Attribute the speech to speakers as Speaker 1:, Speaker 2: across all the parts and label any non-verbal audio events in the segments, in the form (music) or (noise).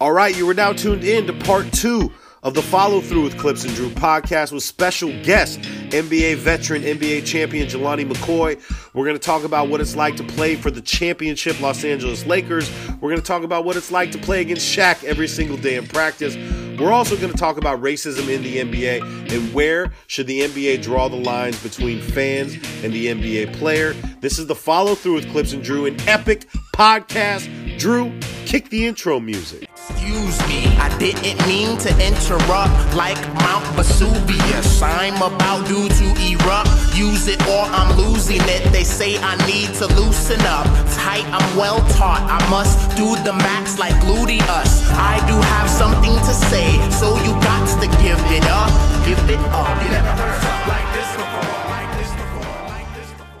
Speaker 1: All right, you are now tuned in to part two of the follow through with Clips and Drew podcast with special guest, NBA veteran, NBA champion Jelani McCoy. We're going to talk about what it's like to play for the championship Los Angeles Lakers. We're going to talk about what it's like to play against Shaq every single day in practice. We're also going to talk about racism in the NBA and where should the NBA draw the lines between fans and the NBA player. This is the follow through with Clips and Drew, an epic podcast. Drew, kick the intro music.
Speaker 2: Excuse me, I didn't mean to interrupt like Mount Vesuvius. I'm about due to erupt. Use it or I'm losing it. They say I need to loosen up. Tight, I'm well taught. I must do the max like gluteus. I do have something to say, so you got to give it up. Give it up. You never heard something like this before. Like this before. Like this before.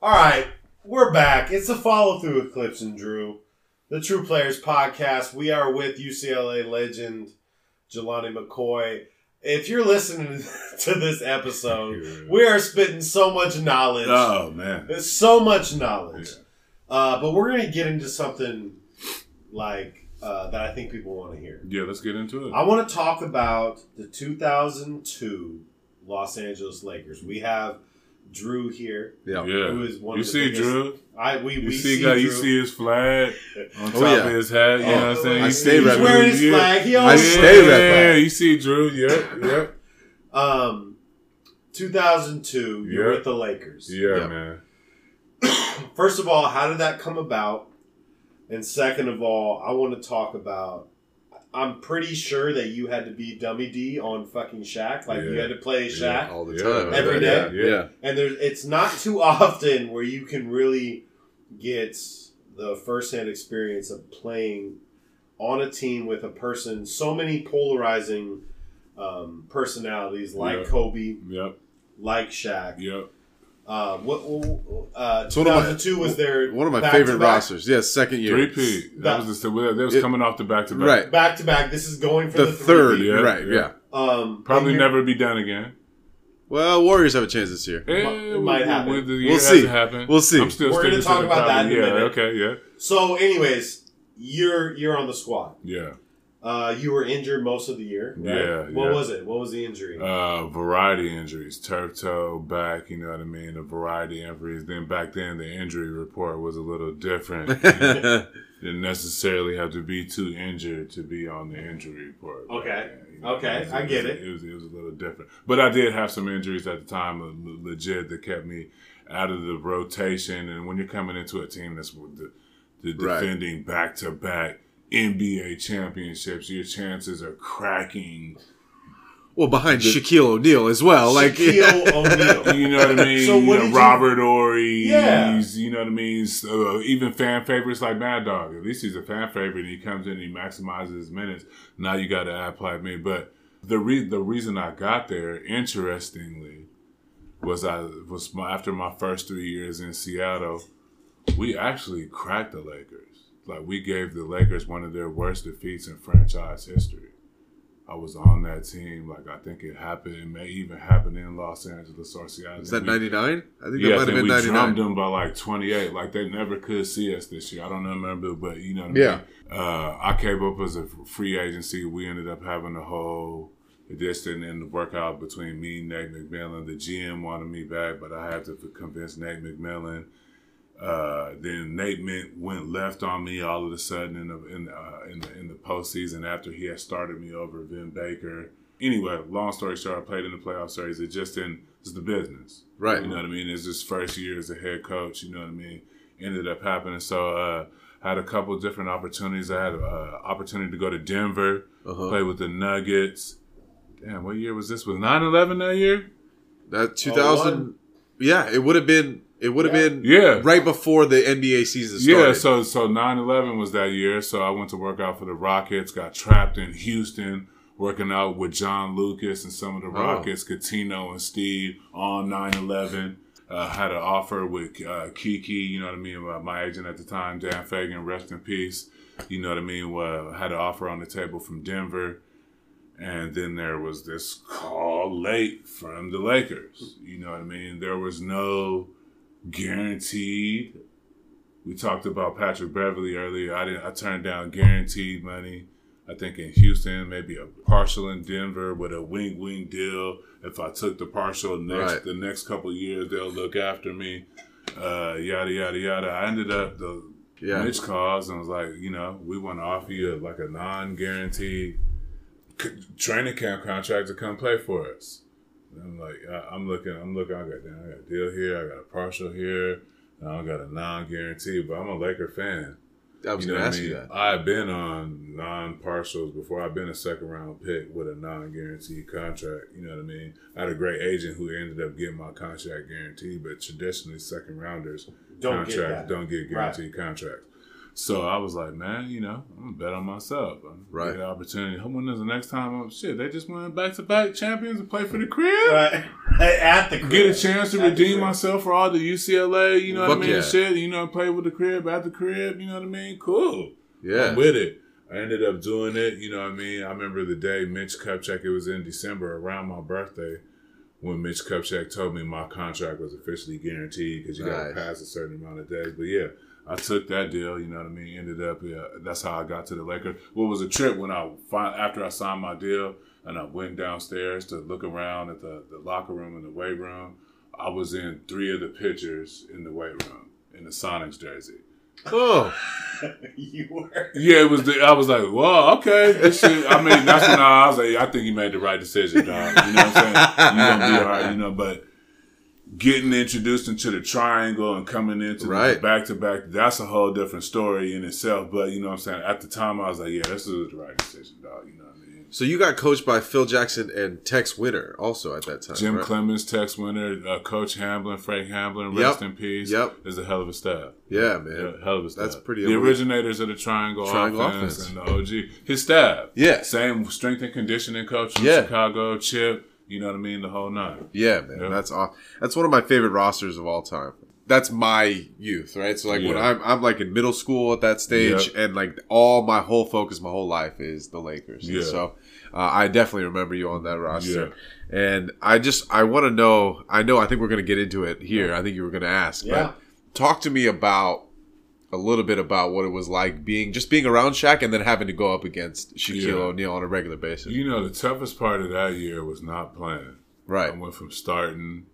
Speaker 1: All right, we're back. It's a follow through with Clips and Drew, the True Players podcast. We are with UCLA legend Jelani McCoy. If you're listening (laughs) to this episode, we are spitting so much knowledge.
Speaker 3: Oh man.
Speaker 1: There's so much knowledge. Uh, but we're going to get into something like uh, that I think people want to hear.
Speaker 3: Yeah, let's get into it.
Speaker 1: I want to talk about the 2002 Los Angeles Lakers. We have Drew here.
Speaker 3: Yeah.
Speaker 1: Who is one
Speaker 3: you
Speaker 1: of the
Speaker 3: see
Speaker 1: biggest-
Speaker 3: Drew?
Speaker 1: I we,
Speaker 3: You
Speaker 1: we
Speaker 3: see,
Speaker 1: see
Speaker 3: guy, you
Speaker 1: Drew. Oh,
Speaker 3: see his flag on top
Speaker 4: Oh, yeah.
Speaker 3: of his hat. You know what I'm saying?
Speaker 1: I
Speaker 3: You
Speaker 4: stay
Speaker 3: see-
Speaker 4: wrapped.
Speaker 1: Wearing his
Speaker 3: yeah.
Speaker 1: flag, he
Speaker 3: Yeah,
Speaker 1: always-
Speaker 4: I stay wrapped.
Speaker 3: Yeah, you see Drew. Yep, yep.
Speaker 1: Um, 2002, you're
Speaker 3: Yeah.
Speaker 1: with the Lakers.
Speaker 3: Yeah,
Speaker 4: Yeah.
Speaker 3: man.
Speaker 1: First of all, how did that come about? And second of all, I want to talk about. I'm pretty sure that you had to be dummy D on fucking Shaq. Like you
Speaker 3: Yeah.
Speaker 1: had to play Shaq,
Speaker 4: Yeah, all the
Speaker 3: Yeah.
Speaker 4: time.
Speaker 1: Every
Speaker 4: yeah.
Speaker 3: day?
Speaker 4: Yeah. yeah.
Speaker 1: and there's it's not too often where you can really get the firsthand experience of playing on a team with a person so many polarizing um, personalities like
Speaker 3: Yeah.
Speaker 1: Kobe,
Speaker 3: Yep,
Speaker 1: like Shaq.
Speaker 3: yep.
Speaker 1: Uh, what, what- uh,
Speaker 4: It's one of my-
Speaker 1: 2002 was their
Speaker 4: One of my
Speaker 1: back to
Speaker 4: favorite
Speaker 1: back-
Speaker 4: rosters. Yes, second year.
Speaker 3: Three P. That
Speaker 1: That-
Speaker 3: was the that was
Speaker 4: It-
Speaker 3: coming off the back to back.
Speaker 4: Right.
Speaker 1: Back to back. This is going for the,
Speaker 4: The third.
Speaker 1: three-peat.
Speaker 3: Yeah,
Speaker 4: right.
Speaker 3: yeah.
Speaker 4: Yeah.
Speaker 1: Um,
Speaker 3: Probably
Speaker 1: and you're-
Speaker 3: never be done again.
Speaker 4: Well, Warriors have a chance this year.
Speaker 3: Eh,
Speaker 1: might
Speaker 3: we- we-
Speaker 1: happen.
Speaker 3: we- the year
Speaker 4: We'll
Speaker 3: hasn't
Speaker 4: see.
Speaker 3: happened.
Speaker 4: We'll see.
Speaker 3: I'm still
Speaker 1: We're gonna
Speaker 3: sticking
Speaker 1: talk
Speaker 3: to the
Speaker 1: about that in a
Speaker 3: topic.
Speaker 1: minute.
Speaker 3: Yeah. Okay. Yeah.
Speaker 1: So, anyways, you're you're on the squad.
Speaker 3: Yeah.
Speaker 1: Uh, you were injured most of the year. right?
Speaker 3: Yeah,
Speaker 1: What
Speaker 3: yeah.
Speaker 1: was it? What was the injury?
Speaker 3: uh, variety injuries, turf toe, back, you know what I mean, the variety injuries. Then back then, the injury report was a little different. you didn't necessarily have to be too injured to be on the injury report. back
Speaker 1: Okay.
Speaker 3: then,
Speaker 1: Okay,
Speaker 3: was-
Speaker 1: I get it.
Speaker 3: It was, it was a little different. But I did have some injuries at the time, uh, le- legit, that kept me out of the rotation. And when you're coming into a team that's with the, the
Speaker 4: Right.
Speaker 3: defending back to back NBA championships, your chances are cracking.
Speaker 4: (laughs) well, behind Shaquille O'Neal as well. Like (laughs)
Speaker 1: Shaquille O'Neal.
Speaker 3: (laughs) You know what I mean?
Speaker 1: So what
Speaker 3: You know,
Speaker 1: did you-
Speaker 3: Robert Ory.
Speaker 1: Yeah.
Speaker 3: he's- You know what I mean? So, uh, even fan favorites like Mad Dog. At least he's a fan favorite. and He comes in and he maximizes his minutes. Now you got to apply me. But the re- the reason I got there, interestingly, was I was my, after my first three years in Seattle, we actually cracked the Lakers. Like we gave the Lakers one of their worst defeats in franchise history. I was on that team. Like I think it happened. It may even happen in Los Angeles or Seattle.
Speaker 4: Is that
Speaker 3: We-
Speaker 4: 99? I think
Speaker 3: yeah, I
Speaker 4: that might have
Speaker 3: think
Speaker 4: been
Speaker 3: we
Speaker 4: 99.
Speaker 3: drummed them by like 28. Like they never could see us this year. I don't remember, but you know what I
Speaker 4: Yeah.
Speaker 3: mean? Uh, I came up as a free agency. We ended up having a whole It just didn't end up work out between me and Nate McMillan. The GM wanted me back, but I had to convince Nate McMillan. Uh, then Nate went, went left on me all of a sudden in the in the, uh, in the in the postseason after he had started me over Vin Baker. Anyway, long story short, I played in the playoff series. It just didn't. It's the business,
Speaker 4: Right.
Speaker 3: You know what I mean? It's his first year as a head coach. You know what I mean? Ended up happening. So uh, had a couple different opportunities. I had an opportunity to go to Denver, play with the Nuggets. Damn, what year was this? Was 9-11 that year?
Speaker 4: That 2000. Yeah, it would have been. It would have been.
Speaker 3: Oh, Yeah.
Speaker 4: Right before the NBA season started.
Speaker 3: Yeah, so so 9-11 was that year. So I went to work out for the Rockets, got trapped in Houston, working out with John Lucas and some of the Rockets, Catino and Steve on 9-11. Uh, had an offer with uh, Kiki, you know what I mean, uh, my agent at the time, Dan Fagan, rest in peace. You know what I mean? Uh, had an offer on the table from Denver. And then there was this call late from the Lakers. You know what I mean? There was no guaranteed we talked about Patrick Beverly earlier. I didn't. I turned down guaranteed money. I think in Houston, maybe a partial in Denver with a wing wing deal. If I took the partial next
Speaker 4: Right.
Speaker 3: the next couple of years, they'll look after me. Uh, yada yada yada. I ended up the
Speaker 4: Yeah.
Speaker 3: Mitch calls and was like, you know, we want to offer you like a non guaranteed c- training camp contract to come play for us. And I'm like, I, I'm looking, I'm looking. I got, damn, I got a deal here. I got a partial here. and I don't got a non-guarantee, but I'm a Laker fan.
Speaker 4: I was
Speaker 3: You know
Speaker 4: going
Speaker 3: what I
Speaker 4: to ask
Speaker 3: mean?
Speaker 4: you that.
Speaker 3: I've been on non-partials before. I've been a second-round pick with a non-guaranteed contract. You know what I mean? I had a great agent who ended up getting my contract guaranteed, but traditionally, second-rounders
Speaker 5: Don't get that.
Speaker 3: contracts don't get guaranteed contracts. So I was like, man, you know, I'm gonna bet on myself. I'm gonna
Speaker 4: Right.
Speaker 3: Get an opportunity. When is the next time? I'm, shit, they just went back to back champions and play for the crib
Speaker 1: Uh,
Speaker 5: Right. At the crib.
Speaker 3: get a chance to
Speaker 5: At the
Speaker 3: redeem
Speaker 5: crib.
Speaker 1: (laughs)
Speaker 3: myself for all the UCLA, you know what I
Speaker 4: Fuck
Speaker 3: mean?
Speaker 4: yeah.
Speaker 3: Shit, you know, play with the crib at the crib, you know what I mean? Cool. I'm
Speaker 4: Yeah.
Speaker 3: with it. I ended up doing it, you know what I mean? I remember the day Mitch Kupchak, it was in December around my birthday, when Mitch Kupchak told me my contract was officially guaranteed because you got to
Speaker 4: Nice.
Speaker 3: pass a certain amount of days. But yeah, I took that deal, you know what I mean? Ended up, yeah, that's how I got to the Lakers. What was a trip when I, fin- after I signed my deal and I went downstairs to look around at the, the locker room and the weight room, I was in three of the pictures in the weight room in the Sonics jersey.
Speaker 4: Oh.
Speaker 5: You were.
Speaker 3: Yeah, it was. The, I was like, "Well, okay." This shit, I mean, that's when I was like, "I think you made the right decision, dog." You know what I'm saying? You're gonna be all right, you know. But getting introduced into the triangle and coming into
Speaker 4: Right.
Speaker 3: back to back, that's a whole different story in itself. But you know what I'm saying? At the time, I was like, "Yeah, this is the right decision, dog." You know what I mean?
Speaker 4: So you got coached by Phil Jackson and Tex Winter also at that time.
Speaker 3: Jim
Speaker 4: right?
Speaker 3: Clemens, Tex Winter, uh, Coach Hamblin, Frank Hamblin, rest
Speaker 4: Yep.
Speaker 3: in peace.
Speaker 4: Yep.
Speaker 3: is a hell of a staff.
Speaker 4: Yeah, man.
Speaker 3: Yeah, hell of a staff.
Speaker 4: That's pretty
Speaker 3: The
Speaker 4: elite.
Speaker 3: originators of the triangle,
Speaker 4: Triangle
Speaker 3: offense,
Speaker 4: offense.
Speaker 3: and the OG, his staff.
Speaker 4: Yeah.
Speaker 3: same strength and conditioning coach from
Speaker 4: Yeah.
Speaker 3: Chicago, Chip. You know what I mean? The whole nine.
Speaker 4: Yeah, man,
Speaker 3: Yeah.
Speaker 4: that's off. That's one of my favorite rosters of all time. That's my youth, right? So like when
Speaker 3: Yeah.
Speaker 4: I'm I'm like in middle school at that stage, and like all my whole focus, my whole life is the Lakers. And
Speaker 3: Yeah.
Speaker 4: So uh, I definitely remember you on that roster,
Speaker 3: Yeah.
Speaker 4: and I just I want to know. I know I think we're gonna get into it here. I think you were gonna ask,
Speaker 5: Yeah.
Speaker 4: but talk to me about. A little bit about what it was like being just being around Shaq and then having to go up against Shaquille
Speaker 3: Yeah.
Speaker 4: O'Neal on a regular basis,
Speaker 3: You know, the toughest part of that year was not playing.
Speaker 4: right?
Speaker 3: I went from starting,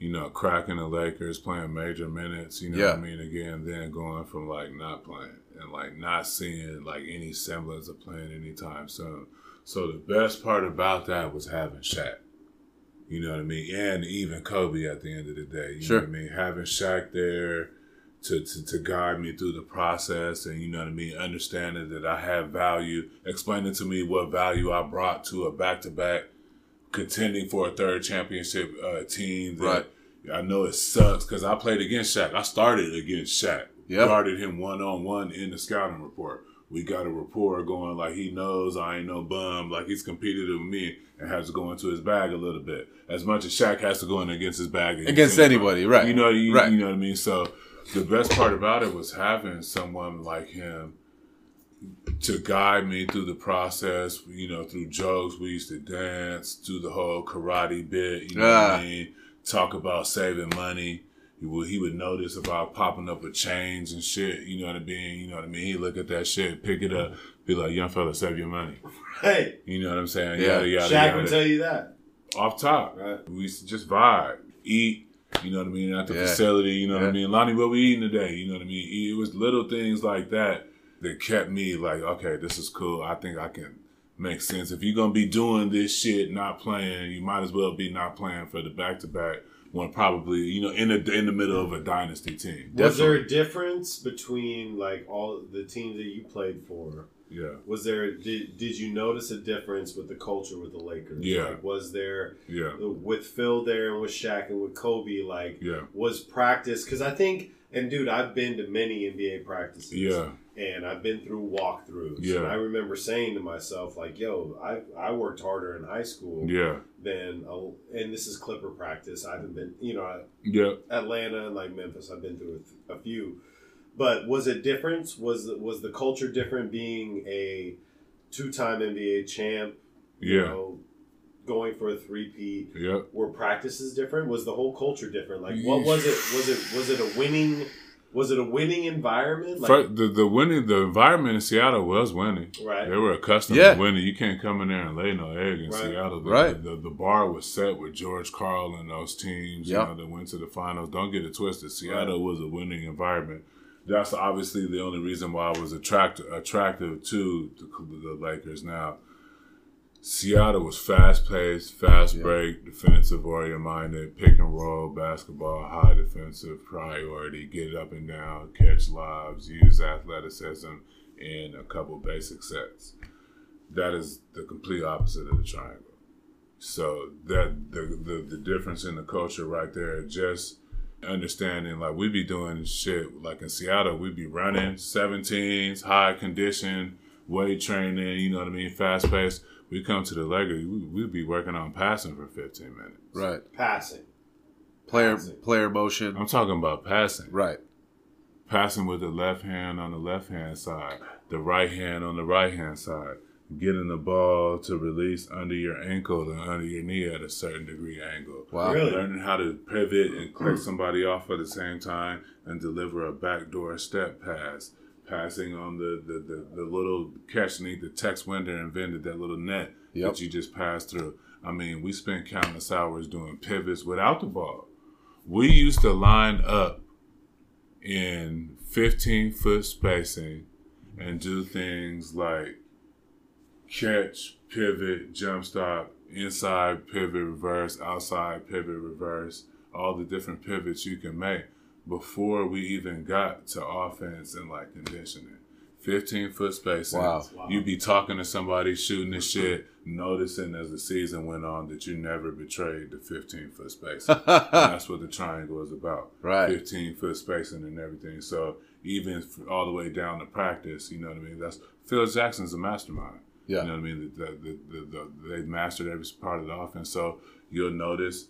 Speaker 3: you know, cracking the Lakers, playing major minutes, you know what I
Speaker 4: Yeah.
Speaker 3: mean, again, then going from like not playing and like not seeing like any semblance of playing anytime soon. So the best part about that was having Shaq. You know what I mean? And even Kobe at the end of the day. You
Speaker 4: Sure.
Speaker 3: know what I mean? Having Shaq there to, to, to guide me through the process and, you know what I mean, understanding that I have value, explaining to me what value I brought to a back to back contending for a third championship uh, team. That
Speaker 4: Right.
Speaker 3: I know it sucks because I played against Shaq. I started against Shaq.
Speaker 4: Yep.
Speaker 3: Guarded him one on one in the scouting report. We got a rapport going like he knows I ain't no bum. Like he's competed with me and has to go into his bag a little bit. As much as Shaq has to go in against his bag
Speaker 4: Against anybody, right?
Speaker 3: you know, you,
Speaker 4: right?
Speaker 3: you know what I mean. So the best part about it was having someone like him to guide me through the process. You know, through jokes, we used to dance, do the whole karate bit. You know what
Speaker 4: Ah.
Speaker 3: I mean? Talk about saving money. he would he would notice about popping up with chains and shit. You know what I mean? You know what I mean? He look at that shit, pick it up, be like, "Young fella, save your money."
Speaker 5: Hey,
Speaker 3: You know what I'm saying?
Speaker 4: Yeah.
Speaker 3: Yada yada
Speaker 5: Shaq
Speaker 3: yada.
Speaker 5: would tell you that.
Speaker 3: Off top,
Speaker 5: Right.
Speaker 3: we used to just vibe, eat. You know what I mean? At the
Speaker 4: Yeah.
Speaker 3: facility, you know what I
Speaker 4: Yeah.
Speaker 3: mean? Lonnie, what we eating today? You know what I mean? It was little things like that that kept me like, okay, this is cool. I think I can make sense. If you're gonna be doing this shit, not playing, you might as well be not playing for the back to back when probably you know in the in the middle of a dynasty team.
Speaker 5: Was there a difference between like all the teams that you played for?
Speaker 3: Yeah,
Speaker 5: Was there did, did you notice a difference with the culture with the Lakers?
Speaker 3: Yeah.
Speaker 5: Like, was there
Speaker 3: yeah,
Speaker 5: with Phil there and with Shaq and with Kobe like
Speaker 3: yeah,
Speaker 5: was practice because I think and dude I've been to many NBA practices
Speaker 3: yeah,
Speaker 5: and I've been through walkthroughs
Speaker 3: Yeah.
Speaker 5: and I remember saying to myself like yo I I worked harder in high school
Speaker 3: yeah,
Speaker 5: than a, and this is Clipper practice I haven't been you know I,
Speaker 3: yeah.
Speaker 5: Atlanta and like Memphis. I've been through a, a few, but was it different? Was was the culture different? Being a two time NBA champ, you
Speaker 3: Yeah.
Speaker 5: know, going for a three peat.
Speaker 3: Yep.
Speaker 5: Were practices different? Was the whole culture different? Like, what was it? Was it was it a winning? Was it a winning environment? Like,
Speaker 3: Fir- the the winning the environment in Seattle was winning.
Speaker 5: Right.
Speaker 3: They were accustomed
Speaker 4: Yeah.
Speaker 3: to winning. You can't come in there and lay no egg in
Speaker 5: Right.
Speaker 3: Seattle. The,
Speaker 4: Right.
Speaker 3: The, the bar was set with George Carl and those teams.
Speaker 4: Yeah.
Speaker 3: You know that went to the finals. Don't get it twisted. Seattle was a winning environment. That's obviously the only reason why I was attracted attractive to the, the Lakers. Now, Seattle was fast paced, fast break, defensive oriented minded, pick and roll, basketball, high defensive priority, get it up and down, catch lives, use athleticism, and a couple basic sets. That is the complete opposite of the triangle. So that the, the the difference in the culture right there, just understanding like we be doing shit like in Seattle, we be running seventeens, high condition, weight training, you know what I mean, fast paced. We come to the Lakers, we we be working on passing for fifteen minutes.
Speaker 4: Right.
Speaker 5: passing.
Speaker 4: Player
Speaker 5: Classic.
Speaker 4: player motion.
Speaker 3: I'm talking about passing.
Speaker 4: Right.
Speaker 3: passing with the left hand on the left hand side, the right hand on the right hand side, getting the ball to release under your ankle and under your knee at a certain degree angle.
Speaker 4: Wow.
Speaker 5: Really?
Speaker 3: Learning how to pivot and click somebody off at the same time and deliver a backdoor step pass. Passing on the, the, the, the little catch need the Tex Winder invented that little net
Speaker 4: Yep.
Speaker 3: that you just passed through. I mean, we spent countless hours doing pivots without the ball. We used to line up in 15 foot spacing and do things like catch, pivot, jump stop, inside pivot reverse, outside pivot reverse, all the different pivots you can make before we even got to offense and like conditioning. 15 foot spacing.
Speaker 4: Wow.
Speaker 3: You'd be talking to somebody, shooting the shit, noticing as the season went on that you never betrayed the 15 foot
Speaker 4: (laughs)
Speaker 3: spacing. And that's what the triangle is about.
Speaker 4: Right.
Speaker 3: 15 foot spacing and everything. So even f- all the way down to practice, you know what I mean? That's Phil Jackson's a mastermind.
Speaker 4: Yeah.
Speaker 3: You know what I mean? The, the, the, the, the, they've mastered every part of the offense. So you'll notice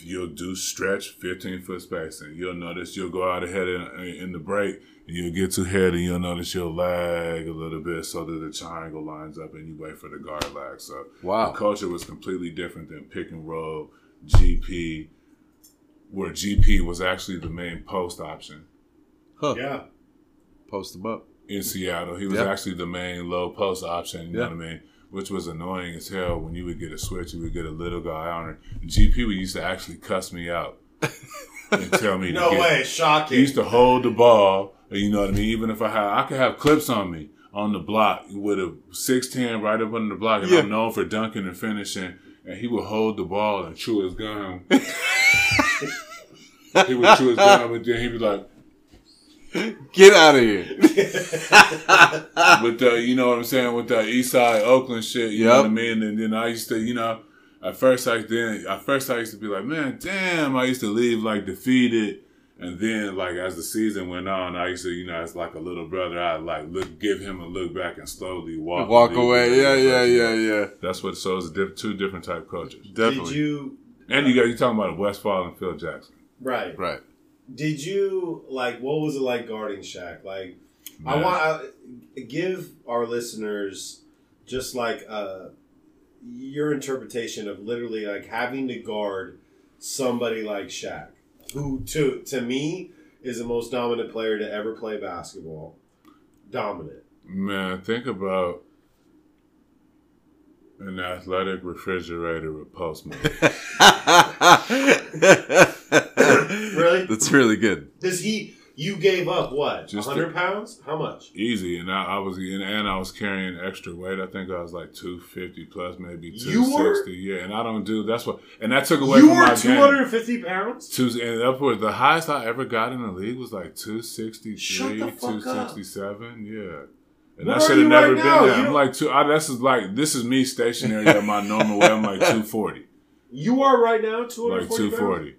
Speaker 3: you'll do stretch 15 foot spacing. You'll notice you'll go out ahead in, in the break and you'll get too heavy. You'll notice you'll lag a little bit so that the triangle lines up and you wait for the guard lag. So
Speaker 4: Wow.
Speaker 3: the culture was completely different than pick and roll, GP, where GP was actually the main post option.
Speaker 4: Huh.
Speaker 5: Yeah,
Speaker 4: Post them up.
Speaker 3: in Seattle. He was
Speaker 4: Yeah.
Speaker 3: actually the main low post option, you
Speaker 4: Yeah.
Speaker 3: know what I mean? Which was annoying as hell when you would get a switch, you would get a little guy on it. GP would used to actually cuss me out
Speaker 4: (laughs)
Speaker 3: and tell me
Speaker 5: no
Speaker 3: to get,
Speaker 5: way,
Speaker 3: He
Speaker 5: shocking.
Speaker 3: used to hold the ball, you know what I mean? Even if I had, I could have clips on me on the block with a 6'10 right up under the block, and
Speaker 4: Yeah.
Speaker 3: I'm known for dunking and finishing. And he would hold the ball and chew his gum.
Speaker 4: (laughs)
Speaker 3: he would chew his gum, and then he'd be like,
Speaker 4: Get out of here.
Speaker 3: with the you know what I'm saying with the East Side Oakland shit. You know
Speaker 4: Yep.
Speaker 3: what I mean? And then I used to you know at first I then at first I used to be like man damn I used to leave like defeated. And then, like as the season went on, I used to, you know, as like a little brother, I like look, give him a look back, and slowly walk,
Speaker 4: Walk
Speaker 3: leave
Speaker 4: away.
Speaker 3: him.
Speaker 4: Yeah, yeah, yeah, yeah.
Speaker 3: That's what. So it's diff- two different type cultures.
Speaker 5: did
Speaker 4: Definitely.
Speaker 5: you
Speaker 3: And you got you talking about Westfall and Phil Jackson.
Speaker 5: right?
Speaker 4: Right.
Speaker 5: Did you like what was it like guarding Shaq? Like I
Speaker 3: Man.
Speaker 5: want I, give our listeners just like uh, your interpretation of literally like having to guard somebody like Shaq. who to to me is the most dominant player to ever play basketball. Dominant.
Speaker 3: Man, think about an athletic refrigerator with Postmates.
Speaker 4: really? That's really good.
Speaker 5: Does he? You gave up what?
Speaker 3: Just
Speaker 5: hundred pounds? How much?
Speaker 3: Easy, and I, I was and, and I was carrying extra weight. I think I was like two fifty plus, maybe two
Speaker 5: You were?
Speaker 3: sixty. Yeah, and I don't do that's what, and that took away
Speaker 5: You
Speaker 3: from
Speaker 5: were
Speaker 3: my
Speaker 5: two
Speaker 3: game.
Speaker 5: hundred and fifty pounds.
Speaker 3: Two and upward. The highest I ever got in the league was like two sixty three,
Speaker 5: Shut the
Speaker 3: two
Speaker 5: fuck up.
Speaker 3: sixty seven. Yeah. And
Speaker 5: Where are
Speaker 3: I should
Speaker 5: you
Speaker 3: have never
Speaker 5: right
Speaker 3: been
Speaker 5: now?
Speaker 3: there.
Speaker 5: You
Speaker 3: I'm
Speaker 5: don't-
Speaker 3: like two. I, this is like this is me stationary at my normal weight. I'm like
Speaker 5: (laughs)
Speaker 3: two forty,
Speaker 5: You are right now two hundred
Speaker 3: like
Speaker 5: forty
Speaker 3: two
Speaker 5: pounds.
Speaker 3: forty.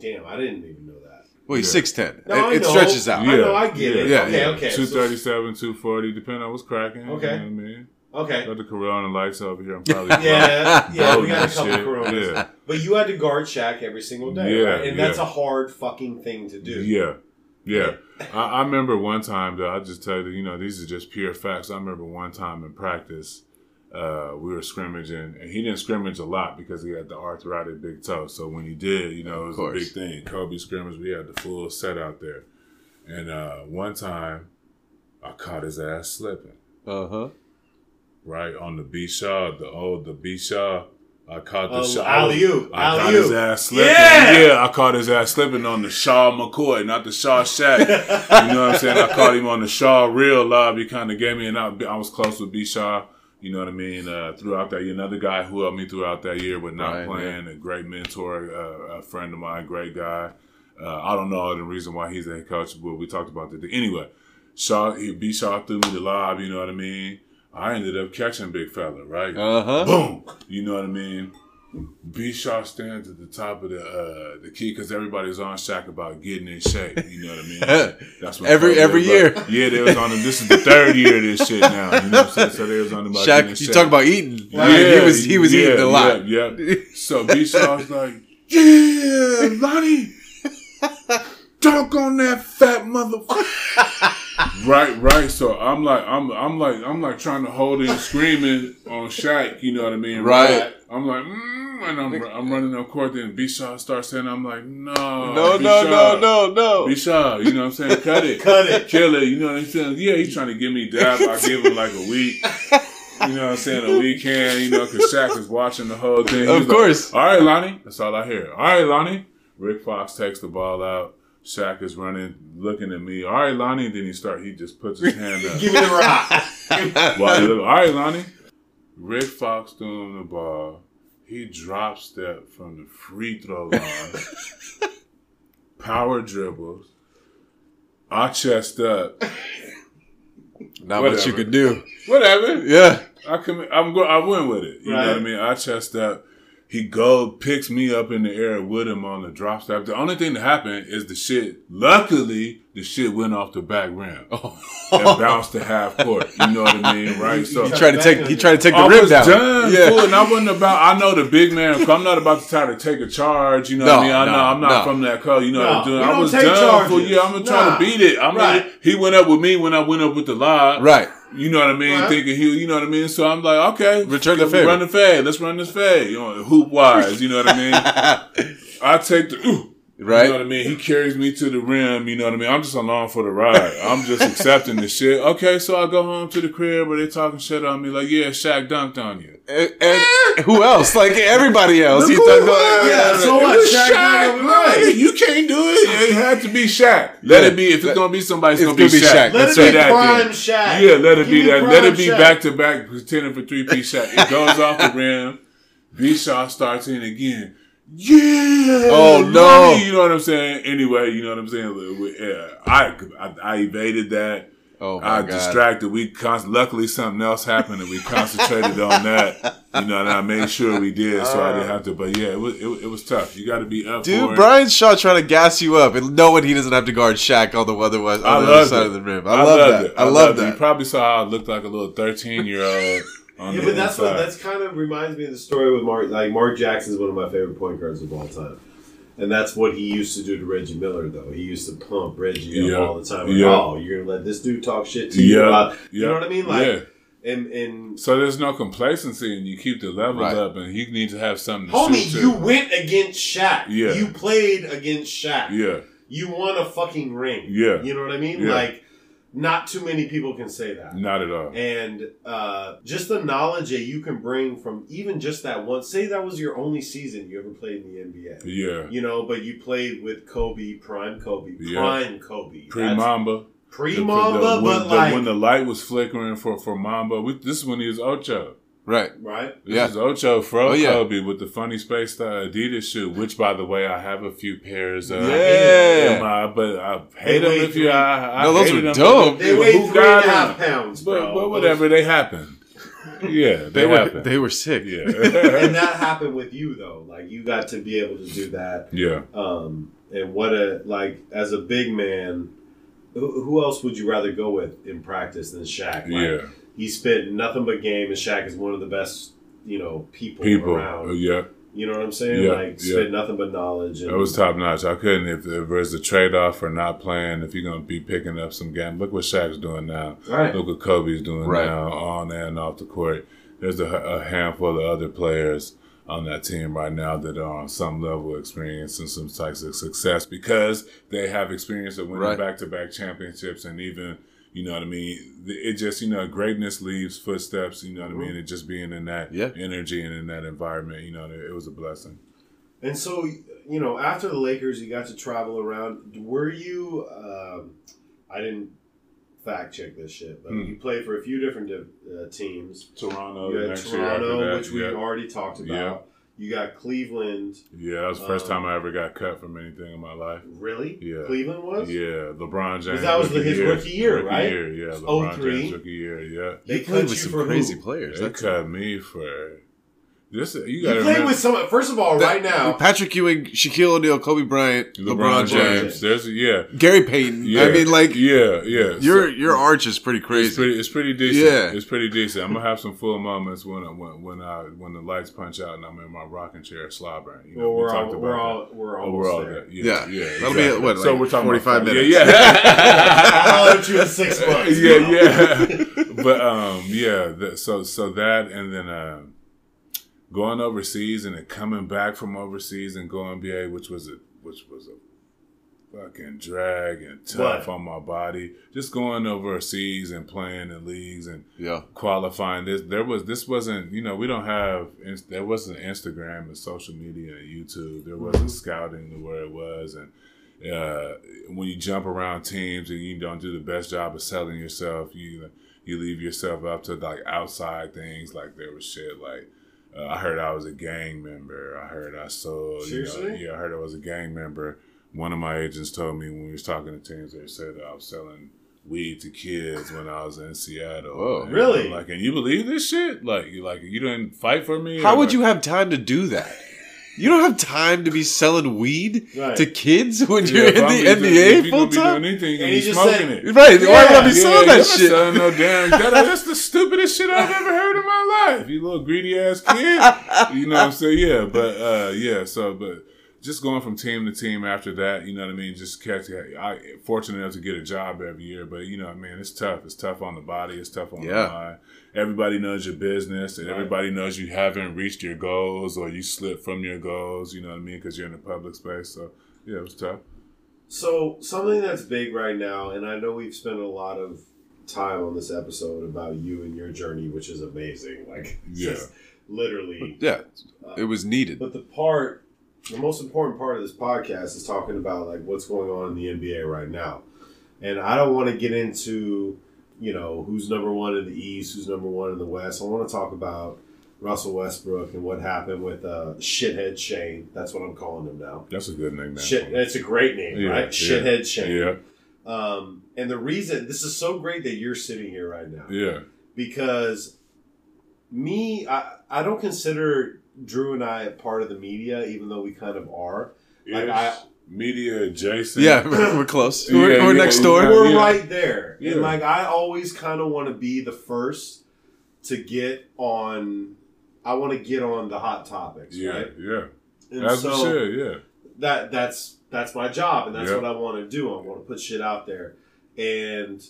Speaker 5: Damn, I didn't even know that.
Speaker 4: Well, he's
Speaker 3: Yeah.
Speaker 4: six ten.
Speaker 5: No, I
Speaker 4: it, it
Speaker 5: know.
Speaker 4: stretches out.
Speaker 5: I know, I get it.
Speaker 4: Yeah,
Speaker 5: okay,
Speaker 4: yeah.
Speaker 5: okay.
Speaker 3: Two
Speaker 5: so-
Speaker 3: thirty seven, two forty, depending on what's cracking.
Speaker 5: Okay.
Speaker 3: You know what I mean?
Speaker 5: Okay.
Speaker 3: Got the Corona lights
Speaker 5: (laughs)
Speaker 3: over here. I'm probably
Speaker 5: Yeah, yeah, we
Speaker 3: Loading
Speaker 5: got a
Speaker 3: (laughs) that
Speaker 5: couple
Speaker 3: shit.
Speaker 5: coronas.
Speaker 3: Yeah.
Speaker 5: But you had to guard Shaq every single day,
Speaker 3: Yeah,
Speaker 5: right? And
Speaker 3: yeah.
Speaker 5: that's a hard fucking thing to do.
Speaker 3: Yeah. Yeah. I, I remember one time though, I'll just tell you, you know, these are just pure facts. I remember one time in practice, uh, we were scrimmaging and he didn't scrimmage a lot because he had the arthritic big toe. So when he did, you know, it was a big
Speaker 4: course.
Speaker 3: thing. Kobe scrimmage, we had the full set out there. And uh, one time I caught his ass slipping.
Speaker 4: Uh huh.
Speaker 3: Right on the B Shaw, the old the B Shaw. I caught the
Speaker 5: Oh,
Speaker 3: shot.
Speaker 5: alley-oop,
Speaker 3: I caught
Speaker 5: alley-oop.
Speaker 3: his ass slipping.
Speaker 5: Yeah!
Speaker 3: Yeah! I caught his ass slipping on the Shaw McCoy, not the Shaw Shack. you know what I'm saying? I caught him on the Shaw real lob. He kind of gave me, and I, I was close with B Shaw. You know what I mean? Uh, throughout that year, another guy who helped me throughout that year, but not
Speaker 4: Right,
Speaker 3: playing. A great mentor, uh, a friend of mine, great guy. Uh, I don't know the reason why he's a head coach, but we talked about that. Anyway, Shaw, he, B Shaw threw me the lob. You know what I mean? I ended up catching big fella, right?
Speaker 4: Uh huh.
Speaker 3: boom. You know what I mean? B Shaw stands at the top of the uh, the key because everybody's on Shaq about getting in shape. You know what I
Speaker 4: (laughs)
Speaker 3: mean? That's what
Speaker 4: Every- every year.
Speaker 3: Yeah, they was on. The, this is the third year of this shit now. You know what I'm saying? So they was on about getting in
Speaker 4: Shaq, you
Speaker 3: shape.
Speaker 4: talk about eating. he was he was
Speaker 3: yeah,
Speaker 4: eating a lot.
Speaker 3: Yeah, yeah. So B Shaw's like, yeah, (laughs) Lonnie, dunk on that fat motherfucker. right, right. So I'm like, I'm, I'm like, I'm like trying to hold in screaming on Shaq. You know what I mean?
Speaker 4: Right.
Speaker 3: I'm like, mm, and I'm, I'm running up court. Then B Shaw starts saying, I'm like, no,
Speaker 4: No, no, no, no, no.
Speaker 3: B Shaw, you know what I'm saying? Cut
Speaker 4: (laughs)
Speaker 3: it.
Speaker 5: Cut it.
Speaker 3: Kill it. You know what I'm saying? Yeah, he's trying to give me dab. I give him like a week. You know what I'm saying? A weekend, you know, because Shaq is watching the whole thing. He
Speaker 4: Of
Speaker 3: was like,
Speaker 4: course.
Speaker 3: All right, Lonnie. That's all I hear. All right, Lonnie. Rick Fox takes the ball out. Shaq is running, looking at me. All right, Lonnie. Then he start. He just puts his hand
Speaker 5: (laughs)
Speaker 3: up.
Speaker 5: Give me the rock.
Speaker 3: (laughs) Well, he look- all right, Lonnie. Rick Fox threw him the ball. He drop step from the free throw line.
Speaker 4: (laughs)
Speaker 3: Power dribbles. I chest up.
Speaker 4: Not much
Speaker 3: Whatever.
Speaker 4: you could do.
Speaker 3: Whatever.
Speaker 4: Yeah.
Speaker 3: I come. I'm go. I went with it. You
Speaker 5: Right.
Speaker 3: know what I mean. I chest up. He go picks me up in the air with him on the drop step. The only thing that happened is the shit. Luckily, the shit went off the back rim and bounced to half court. You know what I mean, right? So
Speaker 4: He tried to take he tried to take
Speaker 3: I
Speaker 4: the rim
Speaker 3: was
Speaker 4: down.
Speaker 3: done,
Speaker 4: yeah.
Speaker 3: fool, and I wasn't about. I know the big man. I'm not about to try to take a charge. You know what
Speaker 4: No,
Speaker 3: I mean? I
Speaker 4: no,
Speaker 3: know I'm not
Speaker 4: no.
Speaker 3: from that color. You know what
Speaker 5: No,
Speaker 3: I'm doing?
Speaker 5: we
Speaker 3: I
Speaker 5: don't
Speaker 3: was
Speaker 5: take
Speaker 3: done. fool.
Speaker 5: charges.
Speaker 3: yeah, I'm gonna try
Speaker 5: Nah.
Speaker 3: to beat it. I'm
Speaker 5: Right.
Speaker 3: like, he went up with me when I went up with the lob.
Speaker 4: Right.
Speaker 3: You know what I mean?
Speaker 5: Right.
Speaker 3: Thinking he, you know what I mean. So I'm like, okay,
Speaker 4: Return the favor.
Speaker 3: Run the fade. Let's run this fade. You know, hoop wise. You know what I mean?
Speaker 4: (laughs)
Speaker 3: I take the. Ooh,
Speaker 4: Right.
Speaker 3: You know what I mean? He carries me to the rim. You know what I mean? I'm just along for the ride. I'm (laughs) just accepting the shit. Okay, so I go home to the crib where they talking shit on me. Like, yeah, Shaq dunked on you.
Speaker 4: And, and who else? Like everybody else. He thought,
Speaker 5: Yeah, so
Speaker 3: It
Speaker 5: what?
Speaker 3: was
Speaker 5: Shaq
Speaker 3: Shaq,
Speaker 5: dunked on
Speaker 3: right.
Speaker 5: him.
Speaker 3: You can't do (laughs) it. It had to be Shaq. Let
Speaker 4: Yeah.
Speaker 3: it be. If it's gonna be somebody, it's,
Speaker 4: It's
Speaker 3: gonna, be
Speaker 4: gonna be
Speaker 3: Shaq.
Speaker 5: Let
Speaker 4: Shaq. That's
Speaker 5: it be
Speaker 3: right.
Speaker 5: prime
Speaker 3: That
Speaker 5: Shaq.
Speaker 3: Yeah, let it
Speaker 5: Give
Speaker 3: be
Speaker 5: me
Speaker 3: that.
Speaker 5: prime
Speaker 3: Let it be
Speaker 5: Shaq.
Speaker 3: back to back pretending for three piece shot. It goes off the rim. B shot starts in again. Yeah.
Speaker 4: Oh, no.
Speaker 3: Lonnie, You know what I'm saying? Anyway, you know what I'm saying. Yeah, I I, I evaded that.
Speaker 4: Oh my
Speaker 3: I
Speaker 4: god.
Speaker 3: distracted. We con- luckily something else happened, and we concentrated on that. You know, and I made sure we did, so I didn't have to. But yeah, it was it, it was tough. You got to be up. for
Speaker 4: Uh. Dude,
Speaker 3: it.
Speaker 4: Brian Shaw trying to gas you up and knowing he doesn't have to guard Shaq on the other, on the
Speaker 3: I
Speaker 4: other
Speaker 3: love
Speaker 4: side
Speaker 3: it.
Speaker 4: of the rim. I, love
Speaker 3: loved
Speaker 4: that.
Speaker 3: it.
Speaker 4: I love
Speaker 3: loved it. You
Speaker 4: that.
Speaker 3: probably saw how I looked like a little thirteen
Speaker 5: (laughs)
Speaker 3: year old. on
Speaker 5: Yeah,
Speaker 3: the
Speaker 5: but that's what,
Speaker 3: inside.
Speaker 5: that's kind of reminds me of the story with Mark. Like Mark Jackson is one of my favorite point guards of all time, and that's what he used to do to Reggie Miller. Though he used to pump Reggie up
Speaker 3: Yeah.
Speaker 5: all the time. Like,
Speaker 3: Yeah.
Speaker 5: Oh, you're gonna let this dude talk shit to you
Speaker 3: Yeah.
Speaker 5: about you
Speaker 3: Yeah.
Speaker 5: know what I mean? Like
Speaker 3: Yeah.
Speaker 5: And and
Speaker 3: So there's no complacency, and you keep the level
Speaker 4: Right.
Speaker 3: up, and you need to have something to
Speaker 5: homie,
Speaker 3: shoot to.
Speaker 5: you went against Shaq.
Speaker 3: Yeah.
Speaker 5: You played against Shaq.
Speaker 3: yeah,
Speaker 5: You won a fucking ring.
Speaker 3: Yeah.
Speaker 5: You know what I mean?
Speaker 3: Yeah.
Speaker 5: Like, not too many people can say that.
Speaker 3: not at all.
Speaker 5: And uh, just the knowledge that you can bring from even just that one. Say that was your only season you ever played in the NBA.
Speaker 3: Yeah,
Speaker 5: You know, but you played with Kobe, prime Kobe,
Speaker 3: Yeah.
Speaker 5: prime Kobe,
Speaker 3: pre Mamba,
Speaker 5: pre Mamba, but
Speaker 3: when, the-
Speaker 5: like
Speaker 3: when the light was flickering for for Mamba, we, this is when he was Ocho.
Speaker 4: Right.
Speaker 5: right.
Speaker 3: This
Speaker 4: Yeah.
Speaker 3: is Ocho Fro
Speaker 4: Oh, yeah.
Speaker 3: Kobe with the funny space style Adidas shoe, which by the way I have a few pairs of.
Speaker 4: Yeah.
Speaker 3: Am I- but I
Speaker 5: They
Speaker 3: hate them
Speaker 5: weigh
Speaker 3: if you. I, I
Speaker 4: No, those
Speaker 3: hated
Speaker 4: are
Speaker 3: them.
Speaker 4: dope.
Speaker 5: They
Speaker 3: Who
Speaker 5: weigh three and a
Speaker 3: got
Speaker 5: half
Speaker 3: them?
Speaker 5: pounds,
Speaker 3: But,
Speaker 5: bro.
Speaker 3: but whatever, they happen.
Speaker 5: (laughs)
Speaker 3: Yeah, they,
Speaker 4: They were
Speaker 3: happen.
Speaker 4: they were sick.
Speaker 3: yeah,
Speaker 5: and that happened with you though. Like you got to be able to do that.
Speaker 3: (laughs) yeah.
Speaker 5: Um, and what a like as a big man, who, who else would you rather go with in practice than Shaq? Like,
Speaker 3: Yeah.
Speaker 5: he spent nothing but game, and Shaq is one of the best you know people,
Speaker 3: People, Oh,
Speaker 5: around.
Speaker 3: yeah,
Speaker 5: You know what I'm saying?
Speaker 3: Yeah,
Speaker 5: like
Speaker 3: yeah.
Speaker 5: spent nothing but knowledge. And,
Speaker 3: that was top notch. I couldn't if, if there's a trade off for not playing. If you're gonna be picking up some game, look what Shaq's doing now.
Speaker 5: Right.
Speaker 3: Look what Kobe's doing
Speaker 4: Right.
Speaker 3: now, on and off the court. There's a, a handful of other players on that team right now that are on some level of experience and some types of success because they have experience of winning
Speaker 4: Right.
Speaker 3: back-to-back championships and even you know what I mean. It just you know greatness leaves footsteps. You know what I mean. It just being in that
Speaker 4: Mm-hmm. Yeah.
Speaker 3: energy and in that environment. You know, it was a blessing.
Speaker 5: And so, you know, after the Lakers, you got to travel around. Were you? Um, I didn't fact check this shit, but
Speaker 3: Hmm.
Speaker 5: you played for a few different div- uh, teams.
Speaker 3: Toronto,
Speaker 5: You had
Speaker 3: next year after
Speaker 5: Toronto,
Speaker 3: that.
Speaker 5: which we
Speaker 3: yeah.
Speaker 5: already talked about.
Speaker 3: Yeah.
Speaker 5: You got Cleveland.
Speaker 3: yeah, that was the first
Speaker 5: Um,
Speaker 3: time I ever got cut from anything in my life.
Speaker 5: Really?
Speaker 3: Yeah.
Speaker 5: Cleveland was.
Speaker 3: Yeah, LeBron James.
Speaker 5: that was the- his rookie year, right?
Speaker 3: Year, yeah,
Speaker 5: It's
Speaker 3: LeBron
Speaker 5: 03.
Speaker 3: James rookie year. Yeah,
Speaker 5: They
Speaker 4: He played
Speaker 5: cut
Speaker 4: with
Speaker 5: you
Speaker 4: some
Speaker 5: for
Speaker 4: crazy
Speaker 5: who?
Speaker 4: players.
Speaker 3: they
Speaker 4: That's
Speaker 3: cut me for this. You
Speaker 5: You
Speaker 3: got
Speaker 5: played
Speaker 3: to remember
Speaker 5: with someone. First of all,
Speaker 4: That-
Speaker 5: right now,
Speaker 4: Patrick Ewing, Shaquille O'Neal, Kobe Bryant, LeBron, James,
Speaker 3: There's yeah,
Speaker 4: Gary Payton.
Speaker 3: yeah.
Speaker 4: I mean, like
Speaker 3: yeah, yeah.
Speaker 4: your your arch is pretty
Speaker 3: It's
Speaker 4: crazy.
Speaker 3: pretty, it's pretty decent.
Speaker 4: Yeah.
Speaker 3: it's pretty decent. I'm gonna have some full moments when I, when when I when the lights punch out and I'm in my rocking chair slobbering. You know,
Speaker 5: well,
Speaker 3: we
Speaker 5: we're,
Speaker 3: talked
Speaker 5: all,
Speaker 3: about
Speaker 5: we're,
Speaker 3: that.
Speaker 5: all, we're
Speaker 3: Oh,
Speaker 5: almost
Speaker 3: we're all
Speaker 5: there.
Speaker 3: good.
Speaker 4: Yeah.
Speaker 3: Yeah, yeah.
Speaker 4: That'll be, what, like, 45
Speaker 3: about-
Speaker 4: minutes?
Speaker 3: Yeah, (laughs) yeah.
Speaker 5: I'll you in six
Speaker 3: (laughs)
Speaker 5: bucks.
Speaker 3: yeah, yeah. (laughs) but um, yeah. That, so so that and then uh, going overseas and then coming back from overseas and going BA, which was a which was a fucking drag and tough
Speaker 5: What?
Speaker 3: on my body. Just going overseas and playing in leagues and
Speaker 4: yeah,
Speaker 3: qualifying this there was this wasn't you know we don't have ins- there wasn't instagram and social media and youtube there wasn't scouting the where it was and uh, when you jump around teams and you don't do the best job of selling yourself you you leave yourself up to like outside things like there was shit like uh, i heard i was a gang member i heard i sold you know,
Speaker 5: Seriously?
Speaker 3: yeah i heard i was a gang member one of my agents told me when we was talking to teams they said that i was selling weed to kids when i was in seattle
Speaker 4: Whoa.
Speaker 3: And
Speaker 5: Really?
Speaker 3: I'm like, and you believe this shit? Like, you like you didn't fight for me?
Speaker 4: How
Speaker 3: Or,
Speaker 4: would
Speaker 3: like,
Speaker 4: you have time to do that? You don't have time to be selling weed
Speaker 5: Right.
Speaker 4: to kids
Speaker 3: (laughs)
Speaker 4: when
Speaker 3: Yeah,
Speaker 4: you're
Speaker 3: if
Speaker 4: in
Speaker 3: I'm
Speaker 4: the
Speaker 3: gonna be doing- if
Speaker 4: NBA
Speaker 3: you
Speaker 4: full
Speaker 3: gonna be doing
Speaker 4: time.
Speaker 3: Anything, you
Speaker 5: And
Speaker 3: gonna
Speaker 5: he
Speaker 3: be
Speaker 5: just
Speaker 3: smoking
Speaker 5: said-
Speaker 3: it.
Speaker 4: Right? Why would I
Speaker 5: Yeah,
Speaker 4: be selling
Speaker 3: you're
Speaker 4: that
Speaker 3: not
Speaker 4: shit?
Speaker 3: Selling no
Speaker 4: (laughs)
Speaker 3: damn. that- that's the stupidest shit I've ever heard in my life. You little greedy ass kid. you know what I'm saying? Yeah, but uh, yeah. So, but just going from team to team after that, you know what I mean? Just catch. I fortunate enough to get a job every year, but you know, what I mean, it's tough. It's tough on the body. It's tough on
Speaker 4: Yeah.
Speaker 3: the mind. Everybody knows your business, and everybody knows you haven't reached your goals or you slipped from your goals. You know what I mean? Because you're in the public space. So yeah, it was tough.
Speaker 5: So something that's big right now, and I know we've spent a lot of time on this episode about you and your journey, which is amazing. Like, it's
Speaker 3: Yeah.
Speaker 5: just literally.
Speaker 4: Yeah, it was needed.
Speaker 5: But the part, the most important part of this podcast is talking about like what's going on in the NBA right now, and I don't want to get into you know who's number one in the East, who's number one in the West. I want to talk about Russell Westbrook and what happened with uh, shithead Shane. That's what I'm calling him now.
Speaker 3: That's a good nickname.
Speaker 5: Shit, it's a great name,
Speaker 3: Yeah,
Speaker 5: right?
Speaker 3: yeah,
Speaker 5: Shithead Shane.
Speaker 3: Yeah,
Speaker 5: Um, and the reason this is so great that you're sitting here right now
Speaker 3: yeah,
Speaker 5: because me, I, I don't consider Drew and I a part of the media, even though we kind of are. Like,
Speaker 3: Ish,
Speaker 5: I-
Speaker 3: media adjacent.
Speaker 4: (laughs) Yeah, we're close.
Speaker 3: Yeah,
Speaker 4: we're we're
Speaker 3: yeah,
Speaker 4: next
Speaker 3: yeah.
Speaker 4: door.
Speaker 5: We're
Speaker 3: Yeah.
Speaker 5: right there.
Speaker 3: Yeah.
Speaker 5: And like, I always kind of want to be the first to get on, I want to get on the hot topics,
Speaker 3: yeah,
Speaker 5: right?
Speaker 3: yeah.
Speaker 5: And
Speaker 3: That's for sure. Yeah,
Speaker 5: that that's that's my job and that's
Speaker 3: Yep.
Speaker 5: what I want to do. I want to put shit out there. And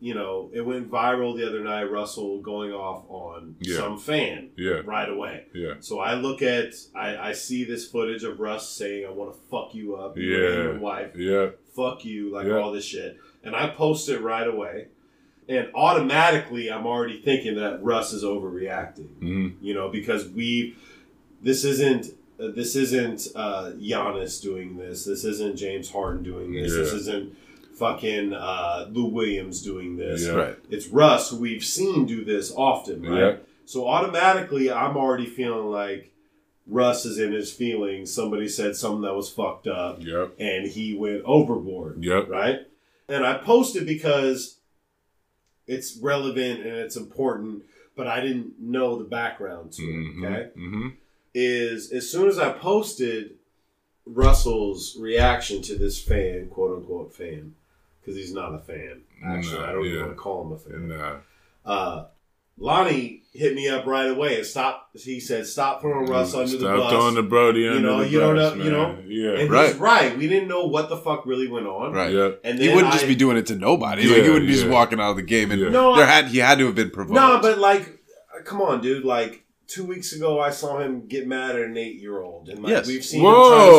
Speaker 5: you know, it went viral the other night. Russell going off on
Speaker 3: Yeah.
Speaker 5: some fan
Speaker 3: Yeah.
Speaker 5: right away.
Speaker 3: Yeah.
Speaker 5: So I look at, I, I see this footage of Russ saying, "I want to fuck you up, you
Speaker 3: Yeah.
Speaker 5: and your wife,
Speaker 3: Yeah.
Speaker 5: fuck you, like
Speaker 3: Yeah.
Speaker 5: all this shit." And I post it right away, and automatically I'm already thinking that Russ is overreacting
Speaker 3: Mm.
Speaker 5: you know, because we this isn't uh, this isn't uh, Giannis doing this. This isn't James Harden doing this. This
Speaker 3: Yeah.
Speaker 5: isn't fucking uh, Lou Williams doing this.
Speaker 3: Yeah.
Speaker 4: Right.
Speaker 5: It's Russ who we've seen do this often, right?
Speaker 3: Yeah.
Speaker 5: So automatically, I'm already feeling like Russ is in his feelings. Somebody said something that was fucked up,
Speaker 3: Yep.
Speaker 5: and he went overboard
Speaker 3: Yep.
Speaker 5: right? And I posted because it's relevant and it's important, but I didn't know the background to
Speaker 3: Mm-hmm.
Speaker 5: it. Okay,
Speaker 3: Mm-hmm.
Speaker 5: is as soon as I posted Russell's reaction to this fan, quote unquote fan, because he's not a fan. Actually, I don't
Speaker 3: Yeah.
Speaker 5: even want to call him a fan.
Speaker 3: And uh,
Speaker 5: Uh, Lonnie hit me up right away and stopped. He said, "Stop throwing Russ under
Speaker 3: Mm, stop
Speaker 5: the bus."
Speaker 3: throwing the Brody
Speaker 5: You
Speaker 3: under
Speaker 5: know,
Speaker 3: the
Speaker 5: you don't
Speaker 3: bus,
Speaker 5: know- you
Speaker 3: man. Yeah.
Speaker 5: and
Speaker 4: Right.
Speaker 5: he's right. We didn't know what the fuck really went on.
Speaker 4: Right.
Speaker 3: Yep.
Speaker 5: And
Speaker 4: You
Speaker 5: then
Speaker 4: wouldn't just
Speaker 5: I-
Speaker 4: be doing it to nobody. like,
Speaker 3: Yeah,
Speaker 4: you wouldn't be just
Speaker 3: yeah.
Speaker 4: walking out of the game, and
Speaker 3: Yeah.
Speaker 5: No,
Speaker 4: there
Speaker 5: I-
Speaker 4: had he had to have been provoked.
Speaker 5: No, but like, come on, dude. Like two weeks ago, I saw him get mad at an eight-year-old, and like
Speaker 4: Yes.
Speaker 5: we've seen.
Speaker 3: Whoa,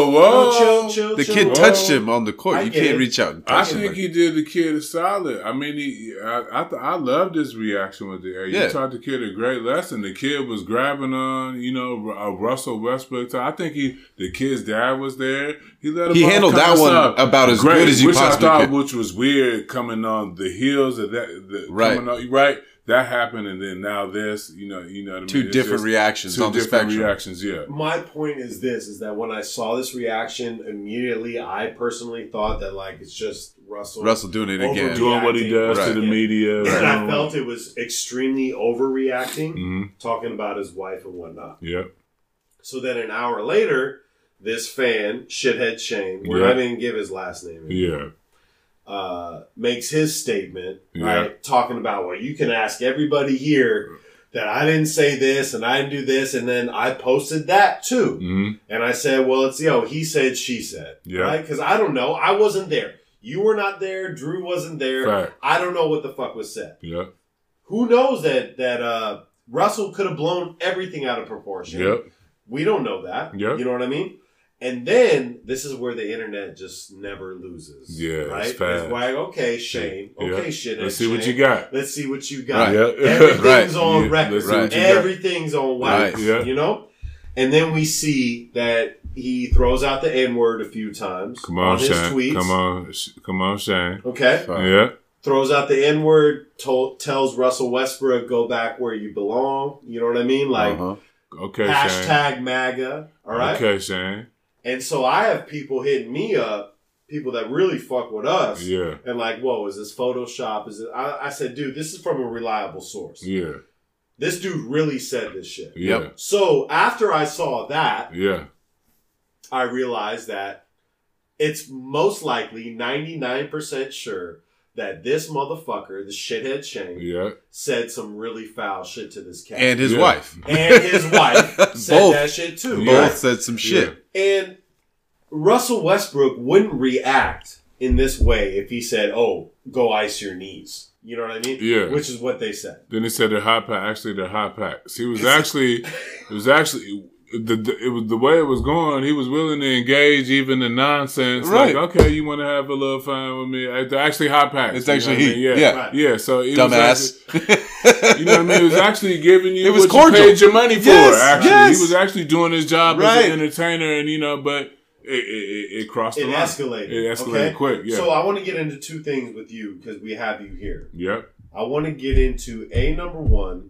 Speaker 5: him
Speaker 3: whoa.
Speaker 5: No, chill, chill,
Speaker 4: the
Speaker 5: chill.
Speaker 4: kid
Speaker 3: Whoa.
Speaker 4: touched him on the court.
Speaker 5: I
Speaker 4: you
Speaker 5: get
Speaker 4: can't
Speaker 5: it.
Speaker 4: reach out and
Speaker 3: I
Speaker 4: touch him.
Speaker 3: think
Speaker 4: like-
Speaker 3: he did the kid a solid. I mean, he, I I, th- I love this reaction with the air. You
Speaker 4: Yeah.
Speaker 3: taught the kid a great lesson. The kid was grabbing on, you know, uh, Russell Westbrook. So I think he, the kid's dad was there. He let him.
Speaker 4: He
Speaker 3: off
Speaker 4: handled
Speaker 3: kind
Speaker 4: that
Speaker 3: of
Speaker 4: one
Speaker 3: soft.
Speaker 4: about as good as you
Speaker 3: which
Speaker 4: possibly
Speaker 3: I thought,
Speaker 4: could.
Speaker 3: which was weird, coming on the heels of that. The,
Speaker 4: Right.
Speaker 3: coming on- right. That happened, and then now this. You know, you know what I mean.
Speaker 4: two
Speaker 3: It's
Speaker 4: different
Speaker 3: just
Speaker 4: reactions
Speaker 3: two
Speaker 4: on the
Speaker 3: different
Speaker 4: spectrum.
Speaker 3: reactions. Yeah.
Speaker 5: My point is this: is that when I saw this reaction, immediately I personally thought that like it's just Russell.
Speaker 4: Russell doing it again.
Speaker 5: Overdo-
Speaker 3: Doing what he does
Speaker 4: Right.
Speaker 3: to the media.
Speaker 5: And (laughs) I
Speaker 3: doing-
Speaker 5: felt it was extremely overreacting,
Speaker 4: Mm-hmm.
Speaker 3: Mhm.
Speaker 5: talking about his wife and whatnot.
Speaker 3: Yep.
Speaker 5: So then an hour later, this fan, shithead Shane, we're
Speaker 3: Yeah.
Speaker 5: not even gonna give his last name. anymore.
Speaker 3: Yeah.
Speaker 5: uh, makes his statement,
Speaker 3: Yeah.
Speaker 5: right? Talking about, well, you can ask everybody here that I didn't say this and I didn't do this. And then I posted that too.
Speaker 3: hmm
Speaker 5: And I said, well, it's, yo, he said, she said.
Speaker 3: Yeah.
Speaker 5: Right? Because I don't know. I wasn't there. You were not there. Drew wasn't there.
Speaker 3: Right.
Speaker 5: I don't know what the fuck was said.
Speaker 3: Yep.
Speaker 5: Who knows that, that, uh, Russell could have blown everything out of proportion.
Speaker 3: Yep.
Speaker 5: We don't know that.
Speaker 3: Yeah.
Speaker 5: You know what I mean? And then this is where the internet just never loses.
Speaker 3: Yeah, it's
Speaker 5: Right?
Speaker 3: fast.
Speaker 5: like, okay, Shane.
Speaker 3: Yeah.
Speaker 5: Okay, shit.
Speaker 3: Let's
Speaker 5: at
Speaker 3: see what
Speaker 5: Shane.
Speaker 3: you got.
Speaker 5: Let's see what you got.
Speaker 4: Right.
Speaker 3: Yeah. (laughs)
Speaker 5: Everything's
Speaker 4: Right.
Speaker 5: on
Speaker 3: Yeah.
Speaker 5: record.
Speaker 3: Let's see what you got.
Speaker 5: Everything's on wax.
Speaker 4: Right.
Speaker 3: Yeah.
Speaker 5: You know? And then we see that he throws out the N word a few times
Speaker 3: Come on,
Speaker 5: his
Speaker 3: Shane.
Speaker 5: tweets.
Speaker 3: Come on, Sh- come on, Shane.
Speaker 5: Okay.
Speaker 4: Right.
Speaker 3: Yeah,
Speaker 5: Throws out the N word, told tells Russell Westbrook, go back where you belong. You know what I mean? Like,
Speaker 4: Uh-huh.
Speaker 3: okay, Shane.
Speaker 5: hashtag MAGA. All right.
Speaker 3: Okay, Shane.
Speaker 5: And so I have people hitting me up, people that really fuck with us,
Speaker 3: Yeah,
Speaker 5: and like, whoa, is this Photoshop? Is it? I, I said, dude, this is from a reliable source.
Speaker 3: yeah,
Speaker 5: This dude really said this shit.
Speaker 3: yeah,
Speaker 4: Yep.
Speaker 5: So after I saw that,
Speaker 3: yeah,
Speaker 5: I realized that it's most likely 99% sure that this motherfucker, the shithead Shane,
Speaker 3: yeah.
Speaker 5: said some really foul shit to this cat.
Speaker 4: And his
Speaker 3: Yeah.
Speaker 4: wife.
Speaker 5: And his wife
Speaker 3: (laughs)
Speaker 5: said
Speaker 4: Both.
Speaker 5: that shit too.
Speaker 3: Yeah.
Speaker 4: Both said some shit.
Speaker 5: And Russell Westbrook wouldn't react in this way if he said, "Oh, go ice your knees." You know what I mean?
Speaker 3: Yeah.
Speaker 5: Which is what they said.
Speaker 3: Then he said the hot pack. Actually, the hot packs. He was actually, it was actually the, the it was the way it was going. He was willing to engage even in nonsense.
Speaker 4: Right.
Speaker 3: Like, okay, you want to have a little fun with me? It's actually hot packs.
Speaker 4: It's
Speaker 3: you know
Speaker 4: actually
Speaker 3: what I
Speaker 4: he.
Speaker 3: mean?
Speaker 4: yeah.
Speaker 5: Right.
Speaker 3: yeah. So it was actually-
Speaker 4: Dumbass.
Speaker 3: (laughs) You know what I mean? It was actually giving you
Speaker 4: It was
Speaker 3: what
Speaker 4: cordial.
Speaker 3: you paid your money for.
Speaker 4: Yes,
Speaker 3: actually,
Speaker 4: yes.
Speaker 3: he was actually doing his job as
Speaker 4: Right.
Speaker 3: an entertainer, and you know, but it, it, it- it crossed
Speaker 5: It
Speaker 3: the line.
Speaker 5: escalated.
Speaker 3: It escalated
Speaker 5: okay?
Speaker 3: quick. Yeah.
Speaker 5: So I want to get into two things with you because we have you here.
Speaker 3: yep.
Speaker 5: I want to get into a number one.